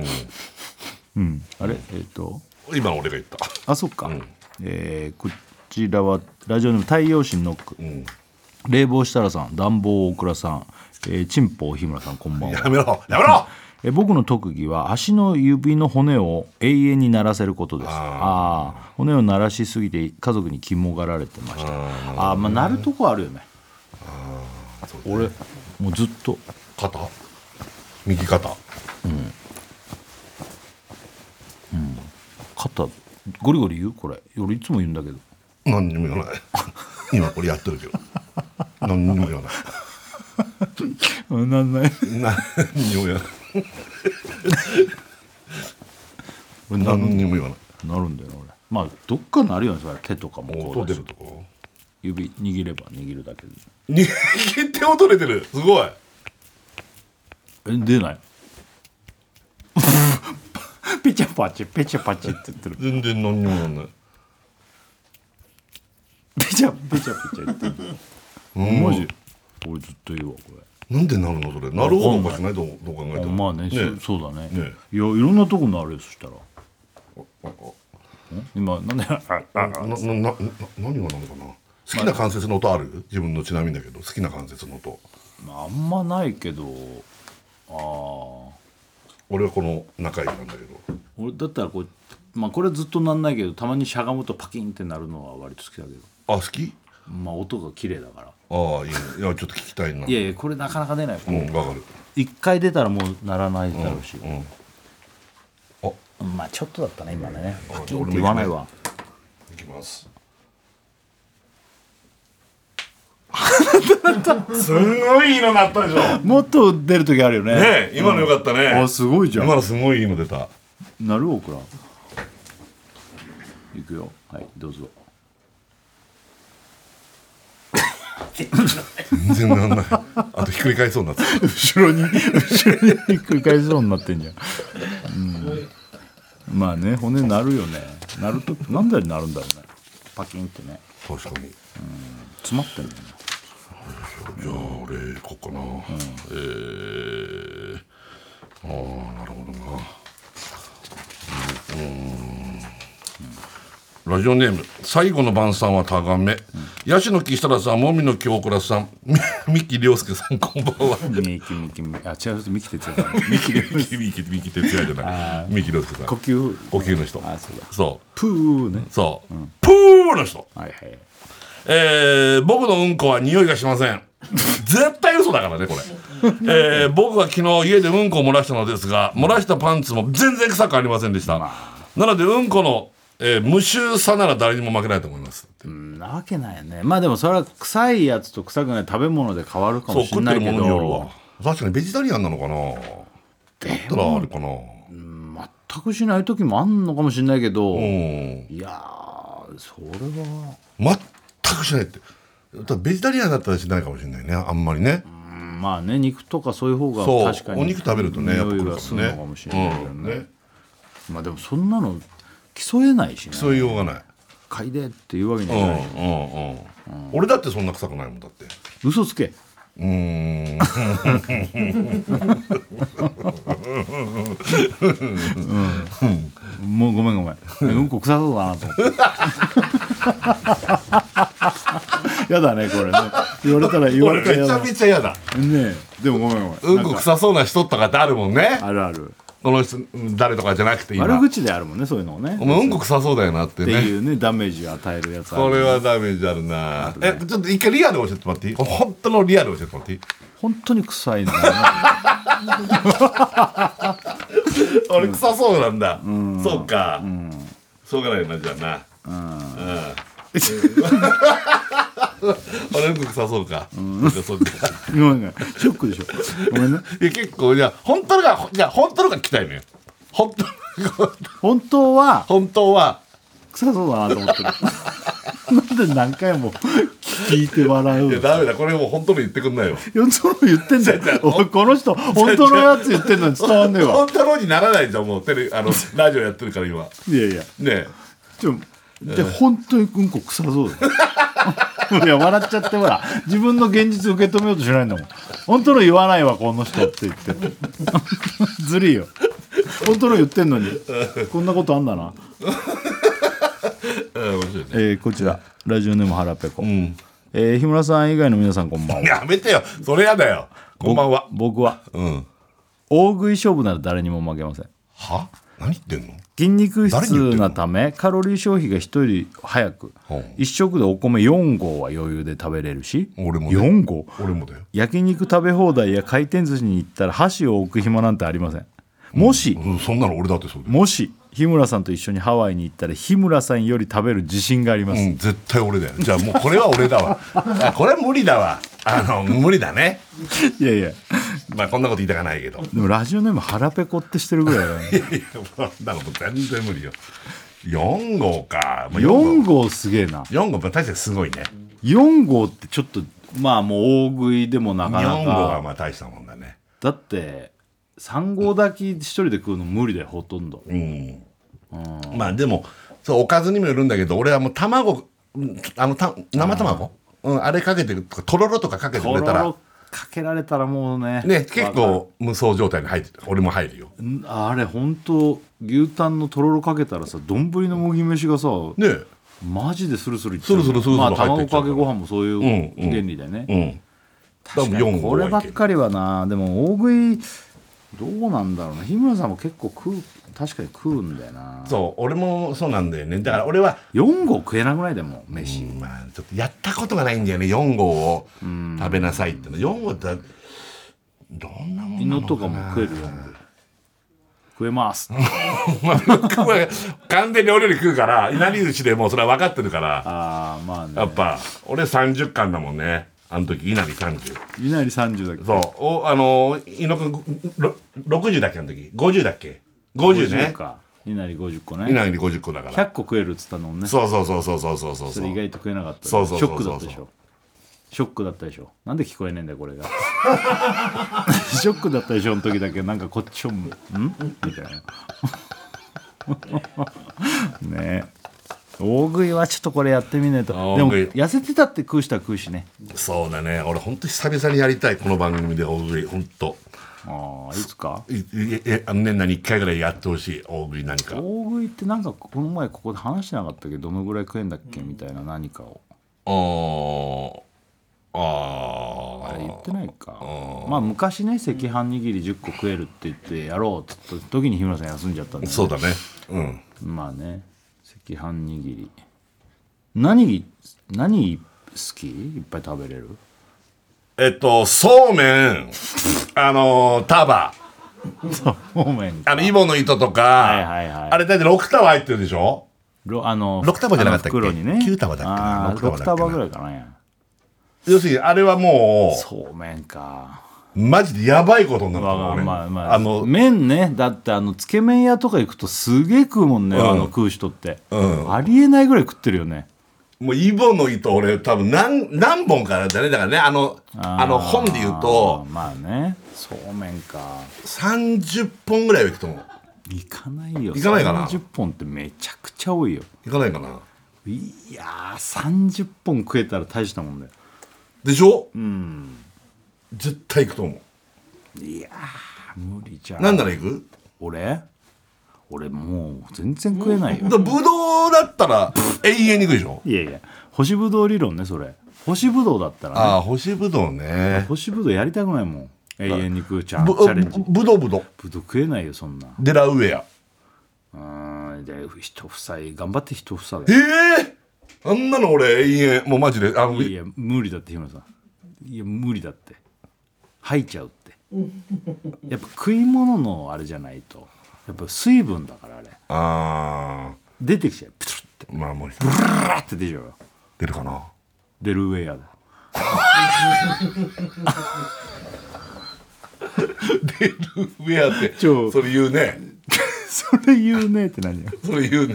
S1: うん、あれえっ、と
S2: 今俺が言った
S1: あそっか、えーこちらはラジオネーム太陽神ノック、冷房設楽さん暖房大倉さん、えー、チンポ日村さんこんばんは
S2: やめろやめろ
S1: え僕の特技は足の指の骨を永遠に鳴らせることですああー骨を鳴らしすぎて家族に肝がられてましたああーまあ鳴るとこあるよね俺もうずっと
S2: 肩右肩
S1: 肩ゴリゴリ言うこれ俺いつも言うんだけど
S2: 何にも言わない今これやってるけど何にも言わない
S1: なんない
S2: 何にも言わない
S1: 俺な
S2: 何にも言わない
S1: なるんだよな俺まあどっかなるよねそれ手とかもこ
S2: 音
S1: う
S2: 出
S1: だし
S2: る <laughs> とこ
S1: 指握れば握るだけで
S2: 握って音出てるすごい
S1: え出 <laughs> ないペチャパチペチャパチって言ってる
S2: 全然何にも言わない
S1: ペチャペチャペチャ言ってる
S2: うん
S1: マジ俺ずっと言うわこ
S2: なんでなるのそれなるほどおかしくないどうどう考え
S1: れ
S2: ても
S1: まあねそ
S2: ね
S1: そうだね
S2: ね
S1: いやいろんなとこにあるよそしたらん今なんであ
S2: なななな何がなのかな好きな関節の音ある自分のちなみにだけど好きな関節の音
S1: あんまないけどああ
S2: 俺はこの中指なんだけど
S1: 俺だったらこうまあこれはずっとなんないけどたまにしゃがむとパキンってなるのは割と好きだけど
S2: あ好き
S1: まあ音が綺麗だから
S2: ああいいねいやちょっと聞きたいない
S1: やいやこれなかなか出ない
S2: うんわかる
S1: 一回出たらもうならないだろうし、
S2: うんあ
S1: まあちょっとだったね今ねパキ
S2: じゃあ俺も
S1: ン
S2: 行
S1: っ
S2: くね
S1: て言わないわ
S2: いきます
S5: すごいいいのなったでしょ。
S1: もっと出る時あるよね
S2: ねえ今のよかったね、
S1: あすごいじゃん
S2: 今のすごいいいの出た
S1: なるオクラいくよはいどうぞ
S2: 全然なんないあとひっくり返りそうになってた
S1: 後ろに後ろにひっくり返しそうになってんじゃん、うん、まあね骨なるよねなるとなんでなるんだろうねパキンってね
S2: 確かに
S1: 詰まってんだよね
S2: じゃあ俺こっかな、えー、ああなるほどなうんラジオネーム最後の晩餐はタガメ、ヤシの木設楽さんもみの京倉さん <laughs> み三木亮介さんこんばんは
S1: ミキミキミキあ違うミキ哲也さん
S2: 三木三木三木三木哲也じゃない三木亮介さん呼
S1: 呼吸
S2: 吸の人
S1: あそうだ
S2: そ
S1: プーね
S2: うそう、プーの人
S1: はいはい
S2: えー僕のうんこは匂いがしませ <laughs> ん絶対嘘だからねこれ、えー僕は昨日家でうんこを漏らしたのですが漏らしたパンツも全然臭くありませんでした、なのでうんこの、えー無臭さなら誰にも負けないと思います
S1: うんなわけないよねまあでもそれは臭いやつと臭くない食べ物で変わるか
S2: そ
S1: も
S2: う
S1: し
S2: 食
S1: れ
S2: って
S1: ない
S2: るも
S1: け
S2: のによるわ
S1: ど
S2: 確かにベジタリアンなのかなだったらあれかな
S1: 全くしない時もあんのかもしれないけど、
S2: うん
S1: いやーそれは
S2: 全くしないってだからベジタリアンだったらしないかもしれないねあんまりね
S1: うんまあね肉とかそういう方
S2: そ
S1: が確か
S2: う
S1: に
S2: お肉食べるとねやっぱ
S1: 匂い
S2: 来る
S1: がするの
S2: か
S1: か
S2: も
S1: も
S2: ね
S1: しれないけど
S2: うん
S1: ね,、
S2: ね
S1: まあでもそんなの競えないしね
S2: そういうようがない
S1: 嗅いでっていうわけに
S2: う
S1: はい
S2: ん
S1: かないし、
S2: うんうん俺だってそんな臭くないもんだって
S1: 嘘つけ
S2: うーん
S1: もうごめんごめんうんこ臭そうだ
S2: <laughs>
S1: なと思ってやだねこれね言われたら言わ
S2: 俺
S1: れたら
S2: めちゃめ
S1: やだね
S2: ちゃ嫌だ
S1: えでもごめんごめん
S2: うんこ
S1: なんか
S2: 臭そうな人とかってあるもんね
S1: あるある
S2: この人うん誰とかじゃなくて今
S1: 悪口であるもんねそういうのをね
S2: お前うんこ臭そうだよなって
S1: って
S2: ね
S1: いうねダメージを与えるやつある
S2: これはダメージあるなえちょっと一回リアル教えてもらっていい本当のリアル教えてもらっていい
S1: 本当に臭いんだよな <laughs>
S2: 俺臭そうなんだそうかしょうがないなじゃあなうん俺うんこ臭そうかそうかそうか
S1: ごめんごめんショックでしょごめんね
S2: いや結構じゃあ本当のがほじゃあ本当のが聞きたいのよ本当の <laughs>
S1: 本当は
S2: 本当は
S1: 臭そうだなと思ってる <laughs> なんで何回も聞いて笑う
S2: い
S1: の
S2: やダメだこれもう本当の言ってくんないよ
S1: いやその言ってんだよおいこの人本当のやつ言ってんのに伝わんねえわ
S2: 本当のにならないじゃんもうテレ <laughs> あのラジオやってるから今
S1: いやいや
S2: ね
S1: ちょで本当にうんこ臭そうだよ <laughs> いや笑っちゃってほら自分の現実受け止めようとしないんだもん本当の言わないわこの人って言って <laughs> ずるいよ本当の言ってんのにこんなことあんだな、
S2: えうん面白いね
S1: えーこちらラジオネームはらぺこ、
S2: ん
S1: えー日村さん以外の皆さんこんばんは
S2: やめてよそれやだよこんばんは
S1: 僕は
S2: うん
S1: 大食い勝負なら誰にも負けません
S2: は何言ってんの
S1: 筋肉
S2: 誰に言って
S1: 質
S2: んの
S1: なためカロリー消費が一人早く
S2: ほう
S1: 一食でお米4合は余裕で食べれるし
S2: 俺もね
S1: 4合
S2: 俺もだよ
S1: 焼肉食べ放題や回転寿司に行ったら箸を置く暇なんてありませんもし、
S2: うんそんなの俺だってそうだよ
S1: もし日村さんと一緒にハワイに行ったら日村さんより食べる自信があります、
S2: うん絶対俺だよじゃあもうこれは俺だわ <laughs> あこれは無理だわあの無理だね
S1: いやいや
S2: まあこんなこと言いたくないけど
S1: でもラジオネーム腹ペコってしてるぐらいだ
S2: <laughs>
S1: ね
S2: いやそんなこと全然無理よ4号か、まあ、
S1: 4号すげえな
S2: 4号も確かにすごいね
S1: 4号ってちょっとまあもう大食いでもなかな
S2: 4号は
S1: か
S2: まあ大したもんだね
S1: だって3号炊き一人で食うの無理だよほとんど
S2: うん、まあでもそうおかずにもよるんだけど俺はもう卵うんあのた生卵うん、あれかけてるとかとろろとかかけてく
S1: と
S2: れた
S1: ろ
S2: ら
S1: ろかけられたらもうね
S2: ね結構無双状態に入って俺も入るよ
S1: んあれ本当牛タンのとろろかけたらさ丼の麦飯がさ、
S2: ね
S1: マジでするするいっちゃう
S2: スルスルスルスル
S1: ま
S2: 入っ
S1: あ
S2: て
S1: 卵
S2: っちゃう
S1: かけご飯もそういうん
S2: うん
S1: 原理だよね、
S2: うん
S1: 確かに
S2: 多分4号
S1: これ
S2: は
S1: ばっ
S2: いける
S1: かりはなでも大食いどうなんだろうな日村さんも結構食う確かに食うんだよな
S2: そう俺もそうなんだよねだから俺は、
S1: 4号食えなくないでも飯、
S2: うんまあちょっとやったことがないんだよね4号を食べなさいっての4号ってどんなもんなの
S1: 犬とかも食えるよ食えます
S2: 完全に俺より食うからいなり寿司でもうそれは分かってるから
S1: ああまあ
S2: やっ
S1: ね
S2: ぱ俺30巻だもんねあの時いなり30
S1: いなり30だけど
S2: そうおあのー猪野君ろ60だっけあの時50だっけ50ね
S1: かいなり50個
S2: い
S1: ね
S2: なり50個だから
S1: 100個食えるっつったのもね
S2: そうそうそうそうそうそうそう
S1: それ意外と食えなかった
S2: そうそう
S1: シ
S2: そう
S1: ョッ
S2: そう
S1: クだったでしょショックだったでしょなんで聞こえねえんだよこれが <laughs> ショックだったでしょの時だけなんかこっちをんみたいな <laughs> ねえ大食いはちょっとこれやってみないと
S2: 大
S1: でも
S2: 食い
S1: 痩せてたって食う人は食うしね
S2: そうだね俺ほんと久々にやりたいこの番組で大食いほんと
S1: ああいつか
S2: いいえあの年内に1回ぐらいやってほしい大食い何か
S1: 大食いってなんかこの前ここで話してなかったけどどのぐらい食えんだっけみたいな何かを
S2: あ
S1: あれ言っ
S2: あ
S1: てないかまあ昔ね赤飯握り10個食えるって言ってやろうって言った時に日村さん休んじゃったんだよね
S2: そうだねうん
S1: まあね赤飯握り何何好きいっぱい食べれる <laughs>
S2: えっとそうめんあのー束
S1: そうめん
S2: あの、イボの糸とか、
S1: いはいはい
S2: あれ大体6束入ってるでしょ
S1: ろあの
S2: 六束じゃなかったっけ
S1: あの袋にね
S2: 九束だっけな
S1: あー
S2: 六束だっ
S1: 六
S2: けな
S1: 束ぐらいかなや
S2: 要するに、あれはも
S1: そうめ
S2: <laughs>
S1: んか
S2: う、マジでやばいことになった
S1: ま
S2: の
S1: あ
S2: 俺
S1: まあまあ
S2: あの、
S1: 麺ねだってあのつけ麺屋とか行くとすげえ食うもんね、
S2: ん
S1: あの食う人って、
S2: うん
S1: ありえないぐらい食ってるよね
S2: もうイボの糸俺多分何、何本かなんだね。だからね、あの、あの本で言うと
S1: あー、まあねそうめんか
S2: 30本ぐらいはいくと思う。
S1: いかないよ
S2: いかないかな
S1: 30本ってめちゃくちゃ多いよ
S2: いかないかない
S1: やー30本食えたら大したもんだよ
S2: でしょ絶対行くと思
S1: 無理じゃ
S2: うんなんなら行く
S1: 俺俺もう全然食えないよ
S2: だからぶどうだったら永遠に行くでしょ
S1: いやいや干しぶどう理論ねそれ干しぶどうだったらね
S2: ああ干しぶどうね
S1: 干しぶどうやりたくないもん永遠に食うチャンチ
S2: ぶ
S1: ャレンジ
S2: ぶどうぶどう
S1: ぶどう食えないよそんな
S2: デラウェア
S1: うーんで一房頑張って一房
S2: え
S1: だよ
S2: えあんなの俺永遠もうマジであの
S1: いや無理だって日村さんいや無理だって吐いちゃうってやっぱ食い物のあれじゃないとやっぱ水分だからあれ
S2: あ
S1: 出てきちゃうプツッて
S2: ーまあもう
S1: パーって出ちゃうよ
S2: 出るかな
S1: 出るウェアで
S2: 出るウェアって
S1: ちょ
S2: それ言うね
S1: それ言うねって何よ
S2: それ言うね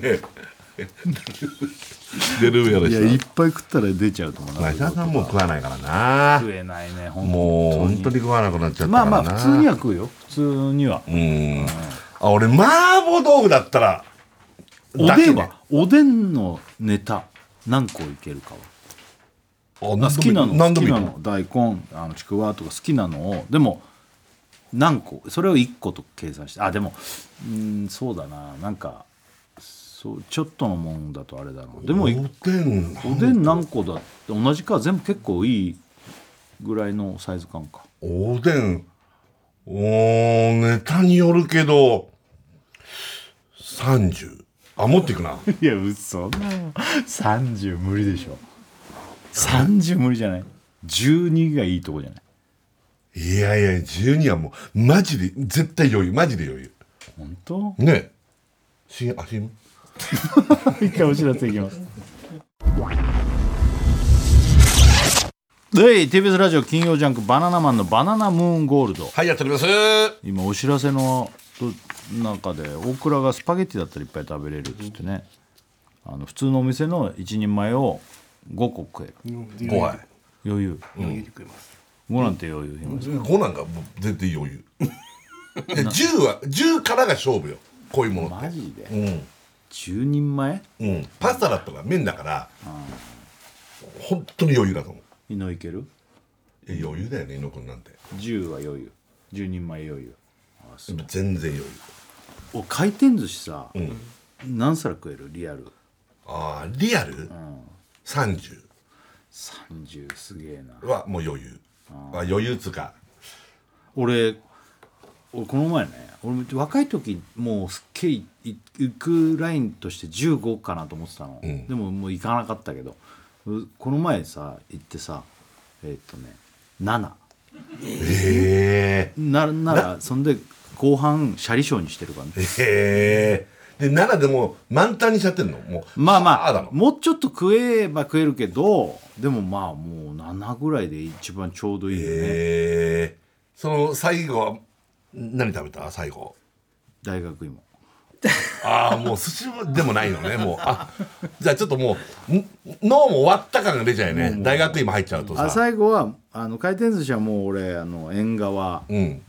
S2: 出るウェアで
S1: いやい
S2: し
S1: っぱい食ったら出ちゃうと思う
S2: た
S1: な
S2: 内田さんもう食わないからな
S1: 食えないねほんと
S2: もう本当に食わなくなっちゃった
S1: ま
S2: か
S1: あ
S2: らな
S1: まあ普通には食うよ普通には
S2: うんあ俺麻婆豆腐だったら
S1: お
S2: だ
S1: で
S2: け
S1: ん
S2: ね
S1: はおでんのネタ何個いけるかは
S2: あ
S1: 好きなの
S2: 何
S1: 好
S2: で
S1: き
S2: もいい
S1: なの大根あのちくわとか好きなのをでも何個それを1個と計算してあでもうんそうだななんかそうちょっとのもんだとあれだなでも
S2: お
S1: お
S2: でん
S1: でん何個だって同じか全部結構いいぐらいのサイズ感か
S2: おでんおーネタによるけど30あ持っていく <laughs> ない
S1: や嘘だよ30無理でしょ30無理じゃない12がいいとこじゃない
S2: いやいや12はもうマジで絶対余裕マジで余裕
S1: 本当
S2: ねえ CM あ CM
S1: 一回お知らせいきます。はい、TBS ラジオ金曜ジャンク「バナナマンのバナナムーンゴールド
S2: はいやっております」
S1: 今お知らせの中で大倉がスパゲッティだったらいっぱい食べれるっつってねあの普通のお店の一人前を5個食える
S2: 怖い
S1: 余裕5なんて余裕今
S2: 5なんかもう全然余 <laughs> 裕いや10は10からが勝負よこういうものって
S1: マジで
S2: うん
S1: 10人前
S2: うん、パスタだったら麺だから、本当に余裕だと思
S1: いのいける
S2: ういや余裕だよね猪野君なんて
S1: 10は余裕10人前余裕あそう
S2: 全然余裕
S1: お回転寿司さ、何皿食えるリアル
S2: ああリアル、30
S1: 30すげえな
S2: はもう余裕あ余裕っつうか
S1: 俺俺この前ね俺も若い時もうすっげえいい行くラインとして15かなと思ってたの、
S2: ん
S1: でももう行かなかったけどうこの前さ行ってさえーっとね7
S2: へえ
S1: なならそんで後半シャリショーにしてるから、ね、
S2: へえで7でもう満タンにしちゃってるのもう
S1: まあま
S2: だ
S1: あ
S2: の
S1: もうちょっと食えば食えるけどでもまあもう7ぐらいで一番ちょうどいいよね、
S2: へえその最後は何食べた最後
S1: 大学芋
S2: ああもう寿司でもないのねもうあじゃあちょっともう脳も終わった感が出ちゃうよね大学院も入っちゃうとさ
S1: あ最後はあの回転寿司はもう俺あの縁側
S2: うん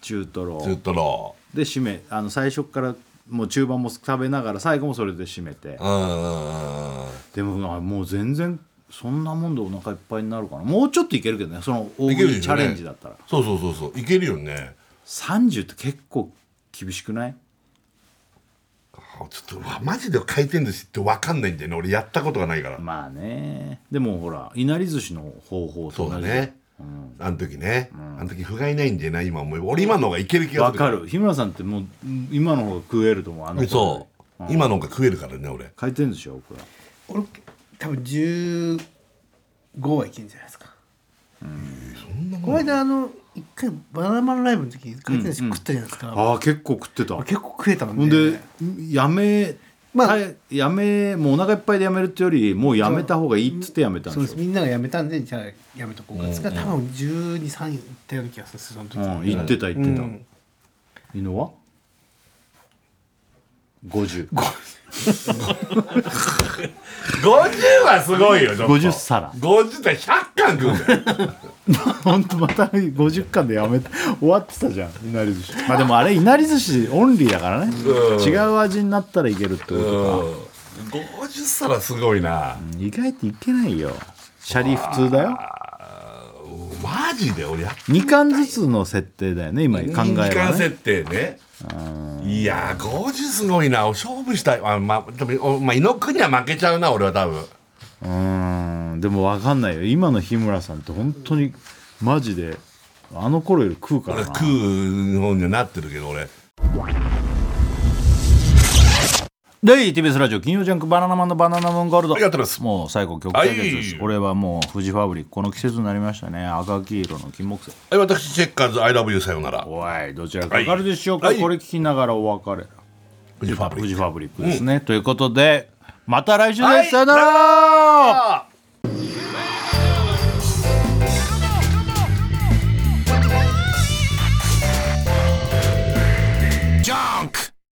S1: 中トロ
S2: ずっとろ
S1: で締めあの最初からもう中盤も食べながら最後もそれで締めて
S2: ううんうんうん
S1: でもあもう全然そんなもんでお腹いっぱいになるかなもうちょっといけるけどねその大
S2: いけるよ
S1: 食い
S2: ね
S1: チャレンジだったら、
S2: そうそうそうそういけるよね
S1: 30って結構厳しくない
S2: あちょっとわマジで回転寿司って分かんないんだよね俺やったことがないから
S1: まあねでもほらいなり寿司の方法と
S2: そうだ
S1: 同じ
S2: ねあの時ねあの時不甲斐ないんじゃない今思えば俺今の方がいける気が
S1: わ
S2: する
S1: かる日村さんってもううん今の方が食えると思うあの
S2: そ
S1: 頃
S2: う今の方が食えるからね俺
S1: 回転寿司は僕は
S3: 俺多分15はいけるんじゃないですか、この間あの一回バナナマンライブの時回転寿司食ったじゃないですか、
S1: ああ結構食ってた
S3: 俺結構食えたも
S1: ほ
S3: ん
S1: ん
S3: ね
S1: で、やめ、
S3: まあ
S1: たやめ、もうお腹いっぱいでやめるってより、もうやめた方がいいっつってやめた
S3: そうんで
S1: ですし
S3: みんながやめたんでじゃあやめとこうかっつったら多分1 2 3いったような気がするその時、
S1: ょ。うん、言ってた言ってた。
S3: うん
S1: いいのは50。
S2: 50はすごいよちょっと
S1: 50皿。 <laughs>
S2: 50って100貫食うんだよ
S1: ほんとまた50巻でやめた。終わってたじゃん、いなり寿司。まあでもあれ、いなり寿司オンリーだからね。
S2: うん
S1: 違う味になったらいけるってこ
S2: う
S1: と
S2: ん50皿すごいな
S1: か。意外といけないよ。シャリ普通だよ。
S2: ママジで俺やっ
S1: 2巻ずつの設定だよね今考えは、ね、
S2: 時間設定ねいやーゴージすごいな勝負したいあまあでもおまあ、猪木には負けちゃうな俺は多分
S1: うーんでも分かんないよ今の日村さんって本当にマジであの頃より食うから
S2: 俺
S1: な
S2: 食う方にはなってるけど俺
S1: で TBS ラジオ金曜ジャンク「バナナマンのバナナムーンゴールド」
S2: ありがとうございます
S1: もう最後曲対決です、
S2: はい
S1: これはもうフジファブリックこの季節になりましたね赤黄色の金木犀
S2: はい私チェッカーズ「ILOVEYOU さよなら」
S1: おいどちらかかるでしょうか、
S2: はい
S1: これ聞きながらお別れ
S2: フジファブリック
S1: フジファブリックですね、ということでまた来週です、さよなら
S2: あー